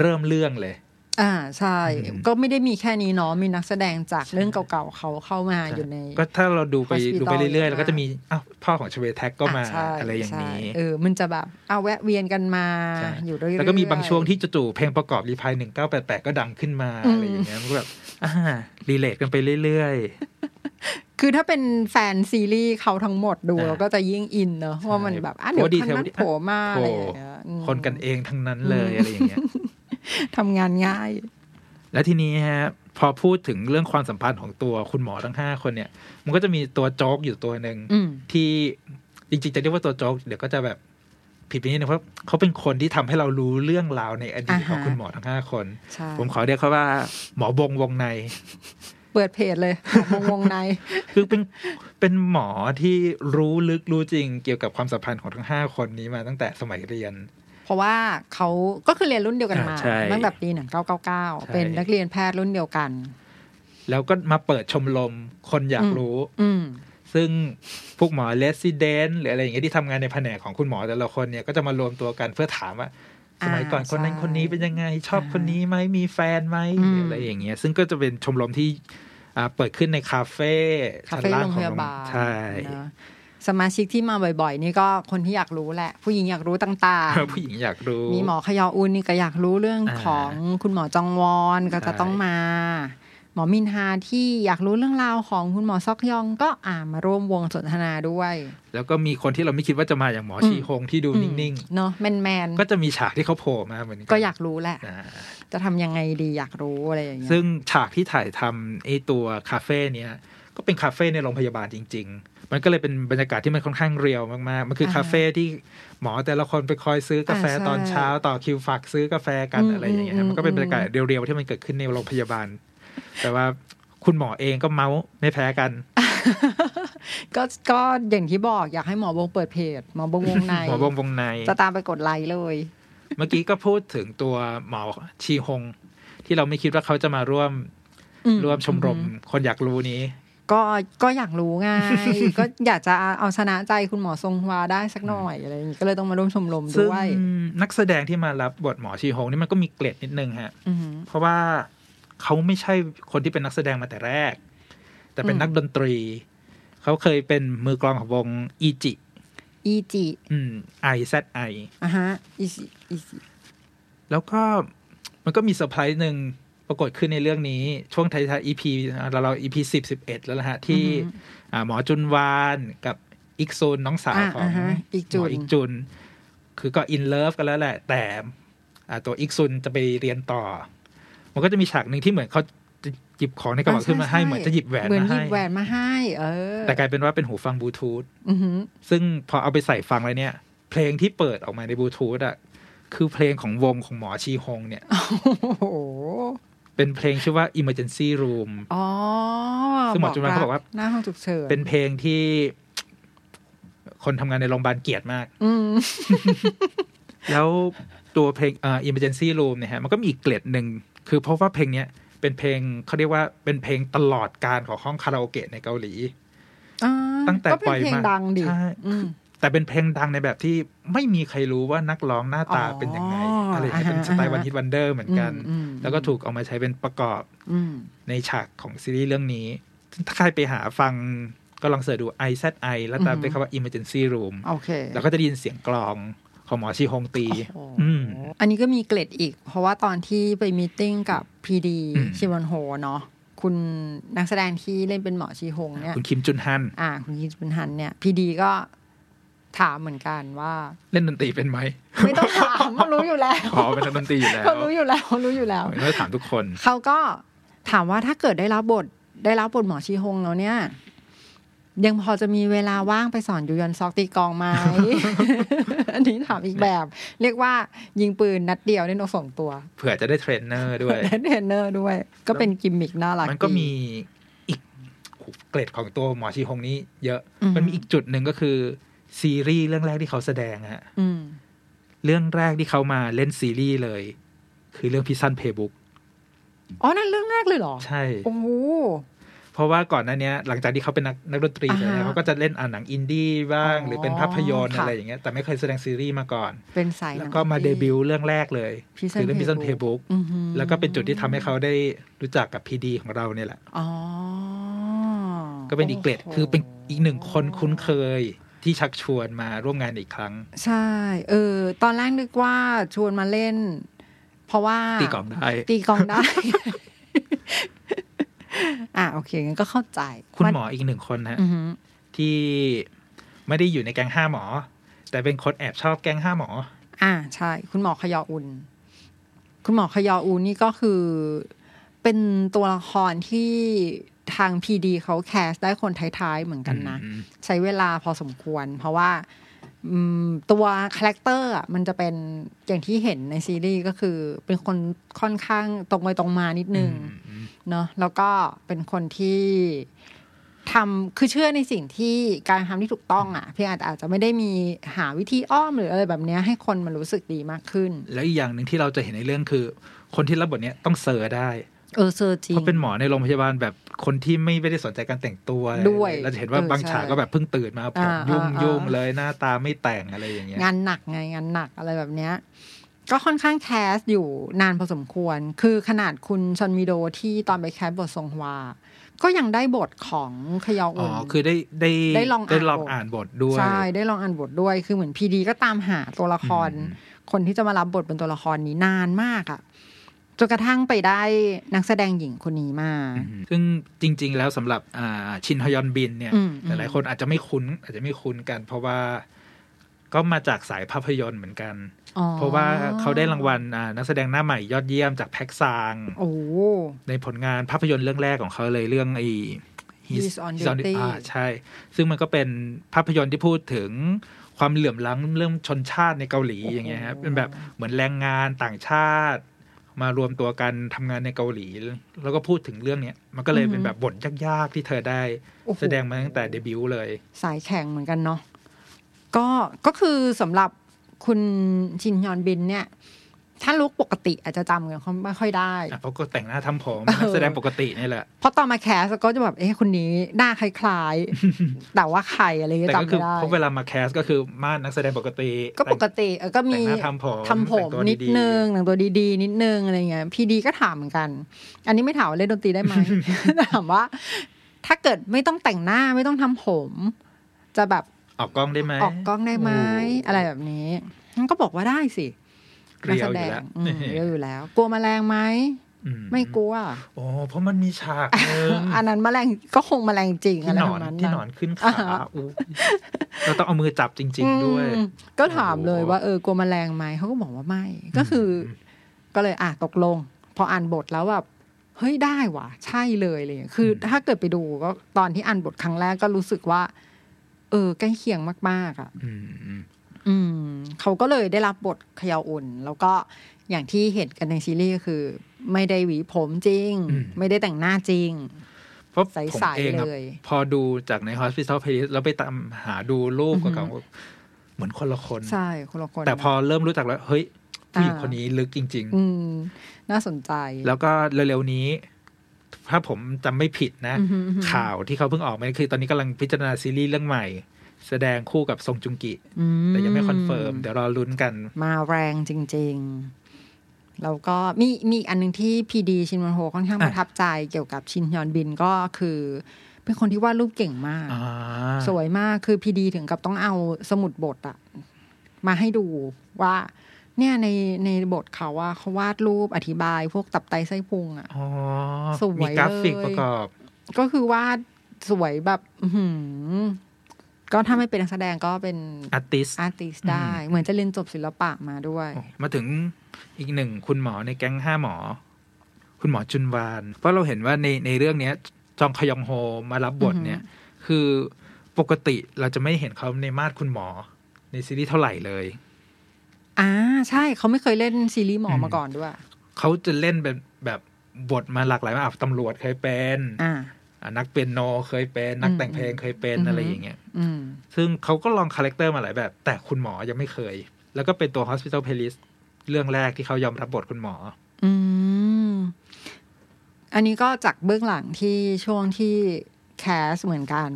เริ่มเรื่องเลย อ่าใช่ อืม ก็ไม่ได้มีแค่นี้เนาะมีนักแสดงจากเรื่องเก่าๆเขาเข้ามาอยู่ใน ก็ถ้าเราดูไป Hospital ดูไปเรื่อยๆ เยอะมาก เราก็จะมีอ้าวพ่อของชเวแท็กก็มา ใช่ อะไรอย่างนี้ ใช่เออ มันจะแบบเอาแวะเวียนกันมา ใช่ อยู่เรื่อยๆ แล้วก็มีบางช่วงที่จู่ๆเพลงประกอบรีพายหนึ่งเก้าแปดแปดก็ดังขึ้นมา อืม อะไรอย่างเงี้ยมันก็แบบอ่ารีเลทกันไปเรื่อย คือถ้าเป็นแฟนซีรีส์เขาทั้งหมดดู อ่า เราก็จะยิ่งอินเนอะว่ามันแบบอ่ะ เพ เดี๋ยว ราะว่า ทางนั้น ดีเทล โผล่มา ๆ อะไร โอ้ อย่างเงี้ยอืม คนกันเองทั้งนั้นเลยอะไรอย่างเงี้ย ทำงานง่าย และทีนี้ฮะพอพูดถึงเรื่องความสัมพันธ์ของตัวคุณหมอทั้งห้าคนเนี่ย มันก็จะมีตัวโจ๊กอยู่ตัวหนึ่ง อืม ที่จริงๆจะเรียกว่าตัวโจ๊กเดี๋ยวก็จะแบบ ผิดไปนิดนึงเพราะเขาเป็นคนที่ทำให้เรารู้เรื่องราวในอดีตของคุณหมอทั้งห้าคน ใช่ ผมขอเรียกเขาว่าหมอบงวงใน เปิดเพจเลย ของวงวงใน คือเป็นเป็นหมอที่รู้ลึกรู้จริงเกี่ยวกับความสัมพันธ์ของทั้งห้าคนนี้มาตั้งแต่สมัยเรียน เพราะว่าเขาก็คือเรียนรุ่นเดียวกันมา อ่าใช่ ตั้งแต่ปีหนึ่งเก้าเก้าเก้า ใช่ เป็นนักเรียนแพทย์รุ่นเดียวกัน แล้วก็มาเปิดชมรมคนอยาก อืม รู้ อืม ซึ่งพวกหมอเลสซิเดนหรืออะไรอย่างเงี้ยที่ทำงานในแผนกของคุณหมอแต่ละคนเนี่ยก็จะมารวมตัวกันเพื่อถามว่า สมัยก่อน อ่า คนนั้น ใช่ คนนี้เป็นยังไง ชอบ อ่า คนนี้ไหมมีแฟนไหม อืม หรืออะไรอย่างเงี้ยซึ่งก็จะเป็นชมรมที่อ่าเปิดขึ้นในคาเฟ่ คา ชั้น เฟ่ ล่าง โรง ข พ อง ยาบาล ใช่ เนอะสมาชิกที่มาบ่อย ๆ นี่ก็คนที่อยากรู้แหละ ผู้หญิงอยากรู้ต่าง ผู้หญิงอยากรู้ ๆ มีหมอขยออุนนี่ก็อยากรู้เรื่อง อ่า ของคุณหมอจองวอนก็จะ ใช่ ต้องมา หมอมินฮาที่อยากรู้เรื่องราวของคุณหมอซอกยองก็อ่ามาร่วมวงสนทนาด้วย แล้วก็มีคนที่เราไม่คิดว่าจะมาอย่างหมอชีฮงที่ดูนิ่ง อืมเนาะแมน ๆ ก็จะมีฉากที่เขาโผล่มาเหมือนน ๆก็อยากรู้แหละ อ่า จะทำยังไงดีอยากรู้อะไรอย่างเงี้ย ซึ่งฉากที่ถ่ายทำไอตัวคาเฟ่เนี้ยก็เป็นคาเฟ่ในโรงพยาบาลจริง ๆ มันก็เลยเป็นบรรยากาศที่มันค่อนข้างเรียวมากๆ มันคือ อ่า คาเฟ่ที่หมอแต่ละคนไปคอยซื้อกาแฟ อ่าใช่ ตอนเช้าต่อคิวฝากซื้อกาแฟกัน อืม อะไรอย่างเงี้ย อืม มันก็เป็นบรรยากาศเรียวๆที่มันเกิดขึ้นในโรงพยาบาล แต่ว่าคุณหมอเองก็เมาส์ไม่แพ้กัน ก็ก็อย่างที่บอกอยากให้หมอบงเปิดเพจหมอบงวงใน หมอบงวงใน จะตามไปกดไลค์เลย เมื่อกี้ก็พูดถึงตัวหมอชีฮง ที่เราไม่คิดว่าเขาจะมาร่วม อื ร่วมชมรมคนอยากรู้นี้ ก็ก็อยากรู้ไง ก็อยากจะเอาชนะใจคุณหมอทรงฮวาได้สักหน่อยอะไรอย่างงี้ก็เลยต้องมาร่วมชมรม ซึ่ง ด้วย นักแสดงที่มารับบทหมอชีฮงนี่มันก็มีเกล็ดนิดนึงฮะ อือหือ เพราะว่าเขาไม่ใช่คนที่เป็นนักแสดงมาแต่แรก แต่เป็น อืม นักดนตรี เขาเคยเป็นมือกลองของวงอีจิ อีจิ อืมไอแซดไอ อ่ะฮะอีจิอีจิ แล้วก็มันก็มีเซอร์ไพรส์หนึ่งปรากฏขึ้นในเรื่องนี้ ช่วงไทายๆ EP เราเรา EP สิบสิบเอ็ดแล้วนะฮะที่ อ่าหมอจุนวานกับอีกซูนน้องสาว อ่ะ ของ อ่ะ หม ฮะอีกจุ อ ด อีกจุน คือก็อินเลิฟกันแล้วแหละ แต่อ่าตัวอีกซุนจะไปเรียนต่อ มันก็จะมีฉากหนึ่งที่เหมือนเขาจะหยิบของในกระเป๋าขึ้นมาให้เหมือนจะหยิบแหวน เหมือน มา หยิ ให้ บแหวนมาให้ เออ แต่กลายเป็นว่าเป็นหูฟังบลูทูธ อือหือ ซึ่งพอเอาไปใส่ฟังแล้วเนี่ย เพลงที่เปิดออกมาในบลูทูธอ่ะคือเพลงของวงของหมอชีฮงเนี่ย โอ้โห เป็นเพลงชื่อว่า Emergency Room อ๋อ ซึ่งหมอจุฬาเขาบอกว่า หน้าห้องฉุกเฉิน เป็นเพลงที่ คนทำงานในโรงพยาบาลเกลียดมาก อืม แล้วตัวเพลงเอ่อ emergency room เนี่ยฮะมันก็มีอีกเกล็ดหนึ่ง คือเพราะว่าเพลงเนี้ยเป็นเพลงเขาเรียกว่าเป็นเพลงตลอดการของห้องคาราโอเกะในเกาหลี อ่า ตั้งแต่ ก็ปเป็นล่อย เพลง มา ดังดิ ใช่ อืม แต่เป็นเพลงดังในแบบที่ไม่มีใครรู้ว่านักร้องหน้าตา อ๋อ เป็นยังไง อะไรอย่างเงี้ย อ่าฮะ เป็นสไตล์วันฮิตวันเดอร์เหมือนกัน อืมอืม แล้วก็ถูกเอามาใช้เป็นประกอบ อืม ในฉากของซีรีส์เรื่องนี้ ถ้าใครไปหาฟังก็ลองเสิร์ชดู i z i แล้วตามด้วยคำว่า emergency room โอเค แล้วก็จะได้ยินเสียงกลองของหมอชีฮงตี โอ้โห อืม อันนี้ก็มีเกล็ดอีก เพราะว่าตอนที่ไปมีตติ้งกับพีดี อืม ชิมอนโฮเนาะคุณนักแสดงที่เล่นเป็นหมอชีฮงเนี่ย คุณคิมจุนฮัน อ่า คุณยินบุนฮันเนี่ยพีดีก็ถามเหมือนกันว่า เล่นดนตรี เป็นไหม ไม่ต้อง ถามเขารู้อยู่แล้ว อ๋อเป็นนักดนตรีอยู่แล้ว เขารู้อยู่แล้ว เขารู้อยู่แล้ว ก็ถามทุกคน เขาก็ถามว่าถ้าเกิดได้รับบทได้รับบทหมอชีฮงแล้วเนี่ย ยังพอจะมีเวลาว่างไปสอนยูยอนซอกตีกลองไหม อันนี้ถามอีกแบบ เรียกว่ายิงปืนนัดเดียวได้นกสองตัว เผื่อจะได้เทรนเนอร์ ด้วย และเทรนเนอร์ด้วย ก็เป็นกิมมิกน่ารัก มันก็มี ดี อีกโอ้โหเกรดของตัวหมอชีฮงนี้เยอะ อือฮึ มันมีอีกจุดหนึ่งก็คือ ซีรีส์เรื่องแรกที่เขาแสดงฮะ อืม เรื่องแรกที่เขามาเล่นซีรีส์เลย คือเรื่องพิซันเพย์บุ๊ก อ๋อนั่นเรื่องแรกเลยเหรอ ใช่ โอ้โห เพราะว่าก่อนหน้าเนี้ยหลังจากที่เขาเป็นนักนักดนตรี อ่าฮะ เสร็จแล้วเขาก็จะเล่นอ่านหนังอินดี้บ้าง อ๋อ หรือเป็นภาพยนตร์ ค่ะ อะไรอย่างเงี้ยแต่ไม่เคยแสดงซีรีส์มาก่อน เป็นสายห แล้ นั ว ง ก็มา ที่ เดบิวต์เรื่องแรกเลย Prison คือเรื่องพิซันเพย์บุ๊ก อือหือ แล้วก็เป็นจุดที่ทำให้เขาได้รู้จักกับพีดีของเราเนี่ยแหละ อ๋อ ก็เป็นอีกเกรด โโห คือเป็นอีกหนึ่งคนคุ้นเคยที่ชักชวนมาร่วมงานอีกครั้ง ใช่ เออ ตอนแรกนึกว่าชวนมาเล่น เพราะว่า ตีกลองได้ ตีกลอง ได้ อ่ะ โอเคงั้นก็เข้าใจ คุณ ว่า หมออีกหนึ่งคนนะ อือหือ ที่ไม่ได้อยู่ในแก๊งห้าหมอ แต่เป็นคนแอบชอบแก๊งห้าหมอ อ่ะ ใช่ คุณหมอขยออุ่น คุณหมอขยออุ่นนี่ก็คือ เป็นตัวละครที่ทางพีดีเขาแคสได้คนท้ายๆ เหมือนกันนะ อืม ใช้เวลาพอสมควร เพราะว่า อืมตัวคาแรคเตอร์อะมันจะเป็นอย่างที่เห็นในซีรีส์ก็คือ เป็นคนค่อนข้างตรงไปตรงมานิดนึง อืม เนาะแล้วก็เป็นคนที่ทำคือเชื่อในสิ่งที่การทำที่ถูกต้องอะ่ะ เพียงอาจอาจจะไม่ได้มีหาวิธีอ้อมหรืออะไรแบบเนี้ยให้คนมันรู้สึกดีมากขึ้น แล้วอีกอย่างหนึ่งที่เราจะเห็นในเรื่องคือ คนที่รับบทเนี้ยต้องเซอร์ได้ เออเซอร์จริง เพราะเป็นหมอในโรงพยาบาลแบบคนที่ไม่ไม่ได้สนใจการแต่งตัวอะไร ด้วย เราจะเห็นเออบว่าางฉาก ใช่ ก็แบบเพิ่งตื่นมาผม อ่า ยุ่ง อ่า ยุ่งเลยหน้าตาไม่แต่งอะไรอย่างเงี้ย งานหนักไงงานหนักอะไรแบบเนี้ย ก็ค่อนข้างแคสอยู่นานพอสมควร คือขนาดคุณชอนมีโดที่ตอนไปแคสบททรงฮวา ก็ยังได้บทของขยอง อ๋ อุ อ น คือได้ได้ ได้ลองอ่าน ลองอ่านบทด้วย ใช่ได้ลองอ่านบทด้วยคือเหมือนพีดีก็ตามหาตัวละคร อืม คนที่จะมารับบทเป็นตัวละครนี้นานมากอะจนกระทั่งไปได้นักแสดงหญิงคนนี้มา อืมซึ่งจริง ๆ แล้วสำหรับอ่าชินฮยอนบินเนี่ย อืม หลายๆคนอาจจะไม่คุ้น อาจจะไม่คุ้นกัน เพราะว่าก็มาจากสายภาพยนตร์เหมือนกัน อ๋อ เพราะว่าเขาได้รางวัลอ่านักแสดงหน้าใหม่ยอดเยี่ยมจากแพ็กซาง โอ้ ในผลงานภาพยนตร์เรื่องแรกของเขาเลยเรื่องไอ้ His- He's on He's on Duty อ่าใช่ ซึ่งมันก็เป็นภาพยนตร์ที่พูดถึงความเหลื่อมล้ำเรื่องชนชาติในเกาหลีอย่างเงี้ยครับ โอ้โห เป็นแบบเหมือนแรงงานต่างชาติ มารวมตัวกันทำงานในเกาหลี แล้วก็พูดถึงเรื่องเนี้ยมันก็เลยเป็นแบบบทยากๆที่เธอได้ โอ้โห แสดงมาตั้งแต่เดบิวต์เลย สายแข่งเหมือนกันเนาะก็ก็คือสำหรับคุณชินยอนบินเนี่ย ถ้าลุกปกติอาจจะจำกันเขาไม่ค่อยได้ อ่ะเขาก็แต่งหน้าทำผม เออ นักแสดงปกตินี่แหละ เพราะตอนมาแคสก็จะแบบเอ๊ะคนนี้หน้าคล้าย ๆ แต่ว่าใครอะไรเงี้ย แต่ จำ ก็ ไม่ คือ ได้ เพราะเวลามาแคสก็คือมาดนักแสดงปกติ ก็ปกติเออก็ แต่ มี งหน้าทำผม ทำผม แต่งตัว นิด ๆ นึงหนังตัวดีๆ นิดนึงอะไรเงี้ยพีดีก็ถามเหมือนกัน อันนี้ไม่ถามว่าเล่นดนตรีได้ไหม ถามว่า ถ้าเกิดไม่ต้องแต่งหน้าไม่ต้องทำผม จะแบบ ออกกล้องได้ไหม ออกกล้องได้ไหม โ อะไรแบบนี้มันก็บอกว่าได้สิ เกลียวอยู่ นัก แล้ว อืมเรียวอยู่แล้ว กลัวแมลงไหม อื ไม่กลัว โอ้เพราะมันมีฉากหนึง อันนั้นแมลงก็คงแมลงจริง ที่ อะไร หน ป อ ระ น มาณ ที่ นั้น หนอนขึ้นขา อ่าฮะ อุ๊ยเราต้องเอามือจับจริง ๆ ด้วย อืมก็ถาม โอ้โห เลยว่าเออกลัวแมลงไหมเขาก็บอกว่าไม่ ก็คืออก็เลยอ่ะตกลง พออ่านบทแล้วแบบเฮ้ยได้ว่ะ ใช่เลยอะไรอย่างเลยคืออถ้าเกิดไปดูก็ตอนที่อ่านบทครั้งแรกก็รู้สึกว่า เออใกล้เคียงมากๆอ่ะ อืมอืม อืมเขาก็เลยได้รับบทเขยาอุ่น แล้วก็อย่างที่เห็นกันในซีรีส์ก็คือ ไม่ได้หวีผมจริง ไม่ได้แต่งหน้าจริง เพราะ ใ ผม ส เอง ๆ อะ เลย พอดูจากใน Hospital Playlist แล้วไปตามหาดูรูปกับเขาเหมือนคนละคน ใช่คนละคน แต่พอเริ่มรู้จักแล้ว เฮ้ยผู้หญิง อ่า คนนี้ลึกจริง ๆ อืม น่าสนใจ แล้วก็เร็วๆนี้ ถ้าผมจำไม่ผิดนะ อือฮึอือฮึ ข่าวที่เขาเพิ่งออกมาคือ ตอนนี้กำลังพิจารณาซีรีส์เรื่องใหม่ แสดงคู่กับซงจุงกิ อื แต่ยังไม่คอนเฟิร์ม เดี๋ยวรอลุ้นกัน มาแรงจริง ๆ แล้วก็มีมีอีกอันหนึงที่พีดีชินวันโฮค่อนข้าง อ่ะ ประทับใจเกี่ยวกับชินยอนบินก็คือ เป็นคนที่วาดรูปเก่งมาก อ่า สวยมากคือพีดีถึงกับต้องเอาสมุดบทอะมาให้ดูว่า เนี่ยในในบทเขาว่าเขาวาดรูปอธิบายพวกตับไตไส้พุงอะ อ๋อ สวย มีกราฟิก เลย ประกอบ ก็คือวาดสวยแบบอื้อหือก็ถ้าไม่เป็นนักแสดงก็เป็น อาร์ติส อาร์ติสได้ เหมือนจะเรียนจบศิลปะมาด้วย มาถึงอีกหนึ่งคุณหมอในแก๊งห้าหมอ คุณหมอจุนวาน เพราะเราเห็นว่าในในเรื่องเนี้ย จองขยองโฮมารับบทเนี่ย คือปกติเราจะไม่เห็นเขาในมาดคุณหมอ ในซีรีส์เท่าไหร่เลย อ่าใช่เขาไม่เคยเล่นซีรีส์หมอมาก่อนด้วย เขาจะเล่นแบบแบบบทมาหลากหลายมากอ่ะตำรวจเคยเป็น อ่า อ่ะนักเปียโนเคยเป็น นักแต่งเพลงเคยเป็น อืม อะไรอย่างเงี้ย อืม ซึ่งเขาก็ลองคาแรคเตอร์มาหลายแบบ แต่คุณหมอยังไม่เคย แล้วก็เป็นตัว Hospital Playlist เรื่องแรกที่เขายอมรับบทคุณหมอ อืม อันนี้ก็จากเบื้องหลังที่ช่วงที่แคสเหมือนกัน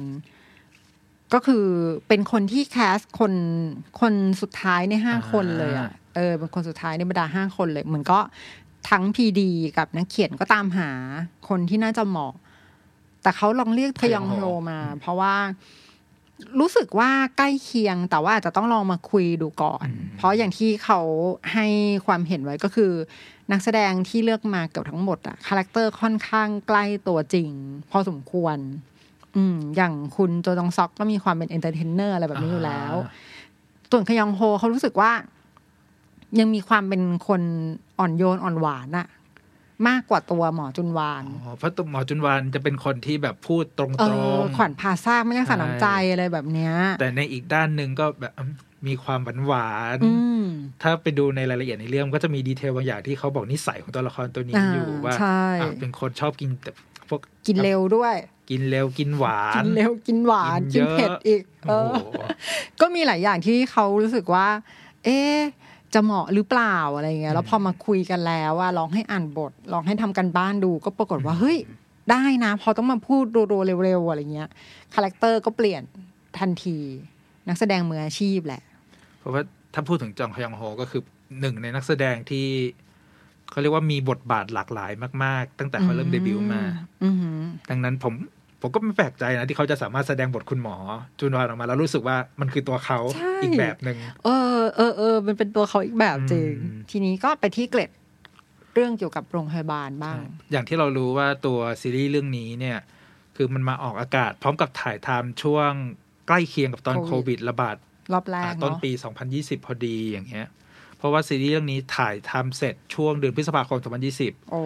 ก็คือเป็นคนที่แคสคนคนสุดท้ายในห้า อ่า คนเลยอ่ะเออเป็นคนสุดท้ายในบรรดาห้าคนเลย เหมือนก็ทั้งพีดีกับนักเขียนก็ตามหาคนที่น่าจะเหมาะ แต่เขาลองเรียกทยองโฮมา เพราะว่ารู้สึกว่าใกล้เคียง แต่ว่าอาจจะต้องลองมาคุยดูก่อน เพราะอย่างที่เขาให้ความเห็นไว้ก็คือ นักแสดงที่เลือกมาเกือบทั้งหมดอะคาแรคเตอร์ค่อนข้างใกล้ตัวจริง พอสมควร อืม อย่างคุณโจจองซอกก็มีความเป็นเอนเตอร์เทนเนอร์อะไรแบบนี้อยู่แล้ว ส่วนขยองโฮเขารู้สึกว่า ยังมีความเป็นคนอ่อนโยนอ่อนหวานอะมากกว่าตัวหมอจุนวาน อ๋อเพราะตัวหมอจุนวานจะเป็นคนที่แบบพูดตรง เออ ๆ ขวัญพาซากไม่ยังสานน้ำใจ ใช่ อะไรแบบเนี้ย แต่ในอีกด้านหนึ่งก็แบบอืม มีความหวานหวานๆ อืม ถ้าไปดูในรายละเอียดในเรื่องก็จะมีดีเทลบางอย่างที่เขาบอกนิสัยของตัวละครตัวนี้ อ่า อยู่ว่า ใช่ อ่ะเป็นคนชอบกินแต่พวก กินเร็วด้วย กินเร็วกินหวาน กินเร็วกินหวาน กิ กิ นเยนอะ เผ็ดอีก เอ โอ้ อ โห ก็มีหลายอย่างที่เขารู้สึกว่า เอ๊ะจะเหมาะหรือเปล่าอะไรเงี้ย แล้วพอมาคุยกันแล้วว่าลองให้อ่านบท ลองให้ทำกันบ้านดู ก็ปรากฏว่า เฮ้ย ได้นะ พอต้องมาพูดรัวๆเร็วๆอะไรเงี้ย คาแรคเตอร์ก็เปลี่ยนทันที นักแสดงมืออาชีพแหละ เพราะว่าถ้าพูดถึงจองฮยองโฮก็คือหนึ่งในนักแสดงที่เขาเรียกว่ามีบทบาทหลากหลายมาก ๆ ตั้งแต่เขาเริ่มเดบิวต์มา อือหือ ดังนั้นผมผมก็ไม่แปลกใจนะ ที่เขาจะสามารถแสดงบทคุณหมอ จูนวานออกมาแล้วรู้สึกว่ามันคือตัวเขา ใช่ อีกแบบหนึ่ง เออเออเออมันเป็นตัวเขาอีกแบบจริง อืม ทีนี้ก็ไปที่เกร็ดเรื่องเกี่ยวกับโรงพยาบาลบ้าง อย่างที่เรารู้ว่าตัวซีรีส์เรื่องนี้เนี่ย คือมันมาออกอากาศพร้อมกับถ่ายทำช่วงใกล้เคียงกับตอน โควิด โควิดระบาด รอบแรก อ่า เน ต้น อะ ปี 2020 พอดีอย่างเงี้ย เพราะว่าซีรีส์เรื่องนี้ถ่ายทำเสร็จช่วงเดือนพฤษภาคม 2020 โอ้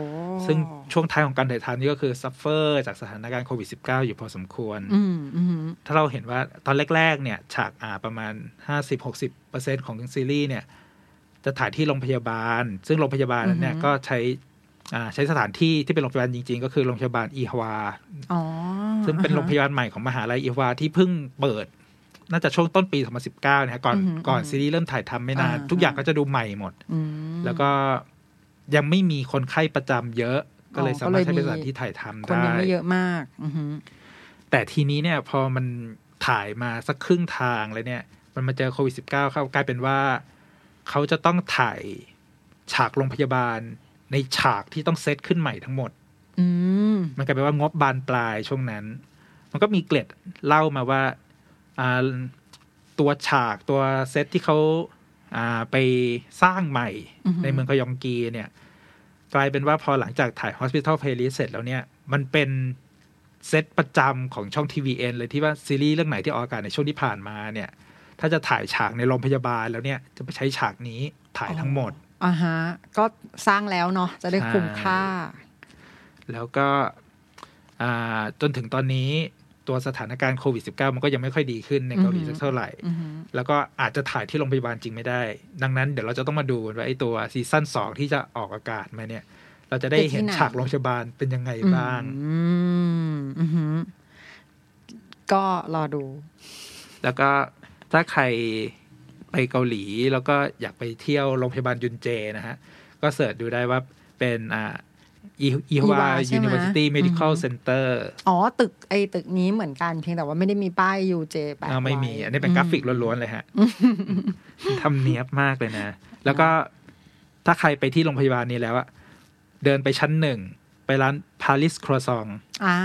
ซึ่งช่วงท้ายของการถ่ายทำนี่ก็คือซัฟเฟอร์จากสถานการณ์โควิด -19 อยู่พอสมควร อืมอืม ถ้าเราเห็นว่าตอนแรก ๆ เนี่ย ฉากอ่าประมาณ 50-60%ของซีรีส์เนี่ย จะถ่ายที่โรงพยาบาล ซึ่งโรงพยาบาลนั้นเนี่ยก็ใช้อ่าใช้สถานที่ที่เป็นโรงพยาบาลจริง ๆ ก็คือโรงพยาบาลอีฮวา อ๋อ ซึ่งเป็นโรงพยาบาลใหม่ของมหาลัยอีฮวาที่เพิ่งเปิด น่าจะช่วงต้นปี 2019นะฮะก่อนก่อนซีรีส์เริ่มถ่ายทำไม่นาน ทุกอย่างก็จะดูใหม่หมด อืม แล้วก็ยังไม่มีคนไข้ประจำเยอะ ก็เลย อ๋อ สามารถ ก็ ใช้ เลยมี เป็นสถานที่ถ่ายทำ คน ได้ ยังไม่เยอะมาก อือหือ แต่ทีนี้เนี่ยพอมันถ่ายมาสักครึ่งทางแล้วเนี่ย มันมาเจอโควิด -19 เข้ากลายเป็นว่า เขาจะต้องถ่ายฉากโรงพยาบาล ในฉากที่ต้องเซตขึ้นใหม่ทั้งหมด อืม มันกลายเป็นว่างบบานปลายช่วงนั้น มันก็มีเกล็ดเล่ามาว่าอ่าตัวฉากตัวเซตที่เขาอ่าไปสร้างใหม่ อือหือ ในเมืองกยองกีเนี่ย กลายเป็นว่าพอหลังจากถ่าย Hospital Playlist เสร็จแล้วเนี่ย มันเป็นเซตประจำของช่อง TVN เลยที่ว่าซีรีส์เรื่องไหนที่ออกอากาศในช่วงที่ผ่านมาเนี่ย ถ้าจะถ่ายฉากในโรงพยาบาลแล้วเนี่ย จะไปใช้ฉากนี้ถ่ายทั้งหมด อ่าฮะ ก็สร้างแล้วเนาะจะได้คุ้มค่า แล้วก็อ่าจนถึงตอนนี้ตัวสถานการณ์โควิด -19 มันก็ยังไม่ค่อยดีขึ้นในเกาหลี อือหือ สักเท่าไหร่ อือหือ แล้วก็อาจจะถ่ายที่โรงพยาบาลจริงไม่ได้ ดังนั้นเดี๋ยวเราจะต้องมาดูว่าไอ้ตัวซีซั่นสองที่จะออกอากาศมาเนี่ย เราจะได้เห็น เป็นที่ไหน ฉากโรงพยาบาลเป็นยังไงบ้าง อืมอือหือ ก็รอดู แล้วก็ถ้าใครไปเกาหลีแล้วก็อยากไปเที่ยวโรงพยาบาลยุนเจนะฮะ ก็เสิร์ชดูได้ว่าเป็นอ่าอีฮวา Ewha ใช่ ยู ไหม นิเวอร์ซิตี้เมดิคอล อือหือ เซ็นเตอร์ อ๋อ ตึกไอ้ตึกนี้เหมือนกันเพียงแต่ว่าไม่ได้มีป้ายยูเจแปะ อ่าไม่มี ว้ อันนี้เป็นกราฟิกล้วน ๆ เลย ฮะ ทำเนียบมากเลยนะ แล้วก็ถ้าใครไปที่โรงพยาบาลนี้แล้วอะเดินไปชั้นหนึ่ง ไปร้านพาริสครัวซอง อ่า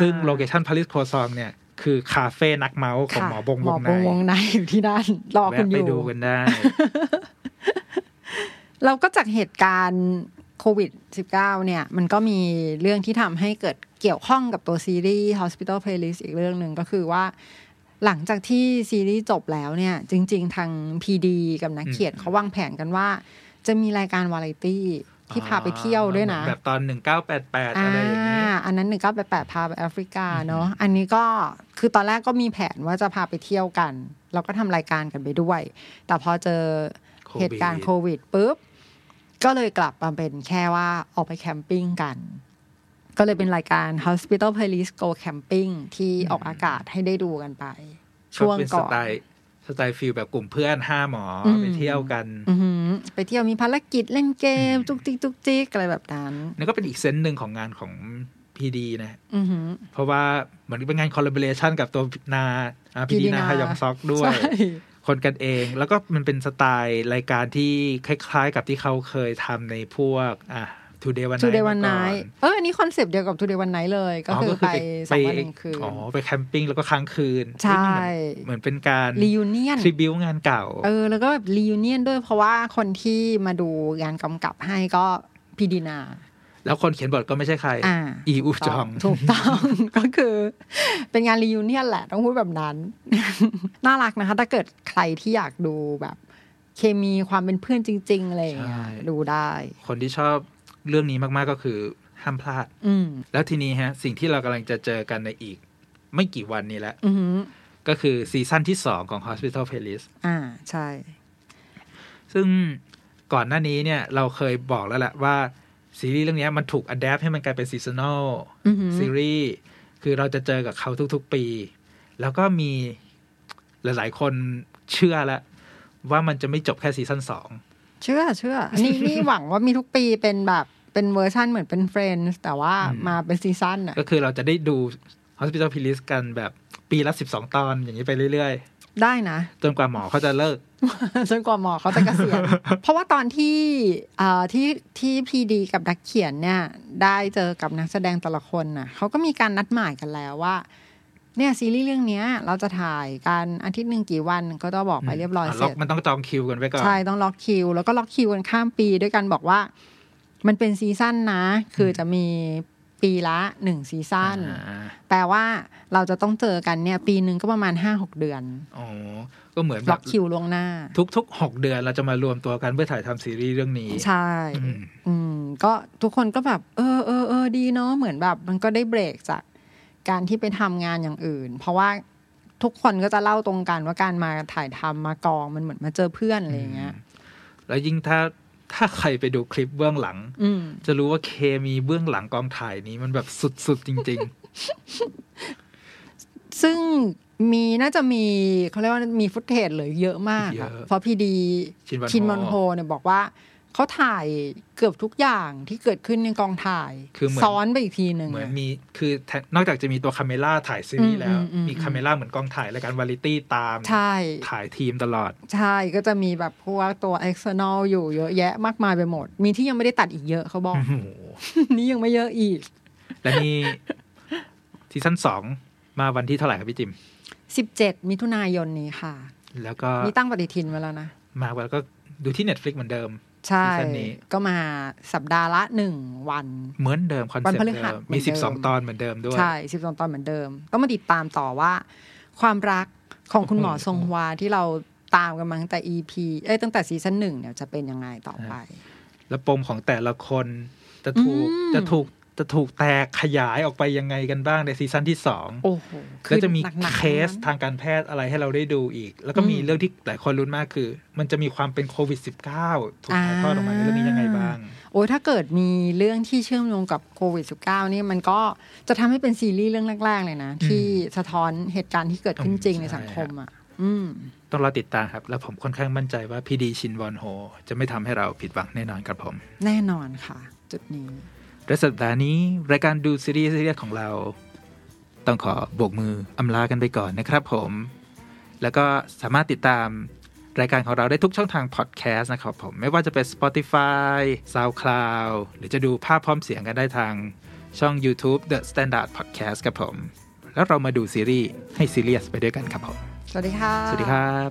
ซึ่งโลเคชั่นพาริสครัวซองเนี่ย คือคาเฟ่นักเมาส์ของ ค่ะ หมอบงว หมอง บ ใน งวงในอยู่ที่นั่นรอคุ แวะ ณอ ไป ยู่ ดูกันได้ เราก็จากเหตุการณ์โควิด -19 เนี่ย มันก็มีเรื่องที่ทำให้เกิดเกี่ยวข้องกับตัวซีรีส์ Hospital Playlist อีกเรื่องหนึ่งก็คือว่า หลังจากที่ซีรีส์จบแล้วเนี่ย จริง ๆ ทาง PD กับนักเขียนเขาวางแผนกันว่า จะมีรายการวาไรตี้ที่พาไปเที่ยวด้วยนะ แบบตอนหนึ่งเก้าแปดแปดอะไรอย่างนี้ อันนั้นหนึ่งก็ไปแปดพาไปแอฟริกาเนาะ อันนี้ก็คือตอนแรกก็มีแผนว่าจะพาไปเที่ยวกัน แล้วก็ทำรายการกันไปด้วย แต่พอเจอ โควิด เหตุการณ์โควิดปุ๊บ ก็เลยกลับมาเป็นแค่ว่าออกไปแคมปิ้งกัน ก็เลยเป็นรายการ Hospital Police Go Camping ที่ออกอากาศให้ได้ดูกันไป ช่วง เป็นส ก่อน ไตล์สไตล์ฟิลแบบกลุ่มเพื่อนห้าหมออ ม ไปเที่ยวกัน อือหือไปเที่ยวมีภารกิจเล่นเกม จุกจิกจุกจิกอะไรแบบนั้น นั่นก็เป็นอีกเซนส์หนึ่งของงานของพีดีนะฮะ อือหือ เพราะว่าเหมือนเป็นงานคอลลาเบเรชันกับตัวนาพีดี PDNA นาฮยองซอกด้วย ใช่ คนกันเอง แล้วก็มันเป็นสไตล์รายการที่คล้ายๆ กับที่เขาเคยทำในพวกอ่ะ Today One Night Today One มาก่อ Night เอออันนี้คอนเซปต์เดียวกับ Today One Night เลยก็คือไปสองวันหนึ่งคืน อ๋อ ไปแคมปิ้งแล้วก็ค้างคืน ใช่ เหมือนเหมือนเป็นการ รียูเนียน ทริบิวงานเก่า เออ แล้วก็แบบรียูเนียนด้วยเพราะว่าคนที่มาดูงานกำกับให้ก็พีดีนา แล้วคนเขียนบทก็ไม่ใช่ใคร อ่า อีอูจอง ถูกต้อง ก็คือเป็นงานรียูเนียนแหละ ต้องพูดแบบ นั้น น่ารักนะคะ ถ้าเกิดใครที่อยากดูแบบ เคมีความเป็นเพื่อนจริง ๆ อะไรอย่างเงี้ย ใช่ ดูได้ คนที่ชอบเรื่องนี้มากๆก็คือห้ามพลาด อืม แล้วทีนี้ฮะ สิ่งที่เรากำลังจะเจอกันในอีก ไม่กี่วันนี้แหละ อือหือ ก็คือซีซั่นที่ 2 ของ Hospital Playlist อ่าใช่ ซึ่งก่อนหน้านี้เนี่ยเราเคยบอกแล้วแหละว่า ซีรีส์เรื่องเนี้ยมันถูกอัดแอปให้มันกลายเป็นซีซันอล อือหือ ซีรีส์คือเราจะเจอกับเขาทุกๆปี แล้วก็มีหลายๆคนเชื่อแล้ว ว่ามันจะไม่จบแค่ซีซั่นสอง เชื่อเชื่อ นี่นี่หวังว่ามีทุกปีเป็นแบบเป็นเวอร์ชั่นเหมือนเป็นเฟรน d ์แต่ว่ามาเป็นซีซั่นอ่ะ ก็คือเราจะได้ดู Hospital Playlist กันแบบปีละ 12 ตอนอย่างนี้ไปเรื่อย ได้นะ ๆ จนกว่าหมอเขาจะเลิก จนกว่าหมอเขาจะเก ษียณ เพราะว่าตอนที่เอ่อที่ที่พีดีกับนักเขียนเนี่ย ได้เจอกับนักแสดงแต่ละคนน่ะเขาก็มีการนัดหมายกันแล้วว่า เนี่ยซีรีส์เรื่องเนี้ย เราจะถ่ายกันอาทิตย์หนึ่งกี่วันก็ต้องบอกไปเรียบร้อย อ่ะ เส ล็ ร็ อก จ มันต้องจองคิวกันไว้ก่อน ใช่ต้องล็อกคิว แล้วก็ล็อกคิวกันข้ามปีด้วยกันบอกว่า มันเป็นซีซั่นนะ คือจะมีปีละหนึ่งซีซั่น อ่า แปลว่าเราจะต้องเจอกันเนี่ย ปีหนึ่งก็ประมาณห้าหกเดือน อ๋อ ก็เหมือนแบ ล็อบ กคิวล่วงหน้า ทุกๆหกเดือนเราจะมารวมตัวกันเพื่อถ่ายทำซีรีส์เรื่องนี้ ใช่ อืม อืม ก็ทุกคนก็แบบ เออเออเออดีเนาะเหมือนแบบ มันก็ได้เบรกจากการที่ไปทำงานอย่างอื่น เพราะว่าทุกคนก็จะเล่าตรงกันว่าการมาถ่ายทำมากองมันเหมือนมาเจอเพื่อนอะไรอย่างเงี้ย แล้วยิ่งถ้าถ้าใครไปดูคลิปเบื้องหลัง อืม จะรู้ว่าเคมีเบื้องหลังกองถ่ายนี้มันแบบสุดๆจริง ซึ่งมีน่าจะมีเขาเรียกว่ามีฟุตเทจเหลือเยอะมาก เย อะ อะ เพราะพีดี ชินวันโฮ นวันโฮเนี่ยบอกว่า เขาถ่ายเกือบทุกอย่างที่เกิดขึ้นในกองถ่าย คือเหมือน ซ้อนไปอีกทีหนึ่ ๆ ง เหมือน อะ มีคือนอกจากจะมีตัวคาเมล่าถ่ายซีรีส์แล้ว อืมอืมอืม มีคาเมล่าเหมือนกองถ่ายรายการวาไรตี้ตาม ใช่ ถ่ายทีมตลอด ใช่ก็จะมีแบบพวกตัว external อยู่เยอะแยะมากมายไปหมด มีที่ยังไม่ได้ตัดอีกเยอะเขาบอก โอ้ โห นี่ยังไม่เยอะอีก และนี่ซีซั่นสองมาวันที่เท่าไหร่ครับพี่จิม 17 มิถุนายนนี้ค่ะ แล้วก็ นี่ตั้งปฏิทินไว้แล้วนะ มาวันก็ดูที่ Netflix เหมือนเดิม ใช่ ซีซั่นนี้ ก็มาสัปดาห์ละหนึ่งวัน เหมือนเดิมคอน วัน เซ็ป พ ต์ ฤหั เดิ ส ม เหมื มี อนเดิม 12 ตอนเหมือนเดิมด้วย ใช่ 12 ตอนเหมือนเดิม ต้องมาติดตามต่อว่า ความรักของคุณหมอทรงวาที่เราตามกันมาตั้งแต่ EP เอ้ยตั้งแต่ซีซั่นหนึ่งเนี่ยจะเป็นยังไงต่อไป แล้วปมของแต่ละคนจะถูก อืม จะถูกจะถูกแตกขยายออกไปยังไงกันบ้างในซีซั่นที่สอง โอ้โห แล้วจะมี หนักๆ เคสทาทั้งนั้นงการแพทย์อะไรให้เราได้ดูอีก แล้วก็มี อืม เรื่องที่หลายคนรุ้นมากคือ มันจะมีความเป็นโควิด -19 ถูกถ่ายทอดออกมาในเรื่องนี้ยังไงบ้าง โอ้ยถ้าเกิดมีเรื่องที่เชื่อมโยงกับโควิด -19 นี่มันก็จะทำให้เป็นซีรีส์เรื่องแรก ๆ เลยนะ ที่สะท้อนเหตุการณ์ที่เกิดขึ้นจริงในสังคมอ่ะ อืม ต้องรอติดตามครับ แล้วผมค่อนข้างมั่นใจว่าพี่ดีชินวอนโฮ จะไม่ทำให้เราผิดหวังแน่นอนครับผม แน่นอนค่ะ จุดนี้ และสัปดาห์นี้รายการดูซีรีส์ซีรีส์ของเรา ต้องขอโบกมืออำลากันไปก่อนนะครับผม แล้วก็สามารถติดตามรายการของเราได้ทุกช่องทางพอดแคสต์นะครับผม ไม่ว่าจะเป็น Spotify SoundCloud หรือจะดูภาพพร้อมเสียงกันได้ทางช่อง YouTube The Standard Podcast ครับผม แล้วเรามาดูซีรีส์ให้ซีเรียสไปด้วยกันครับผม สวัสดีค่ะ สวัสดีครับ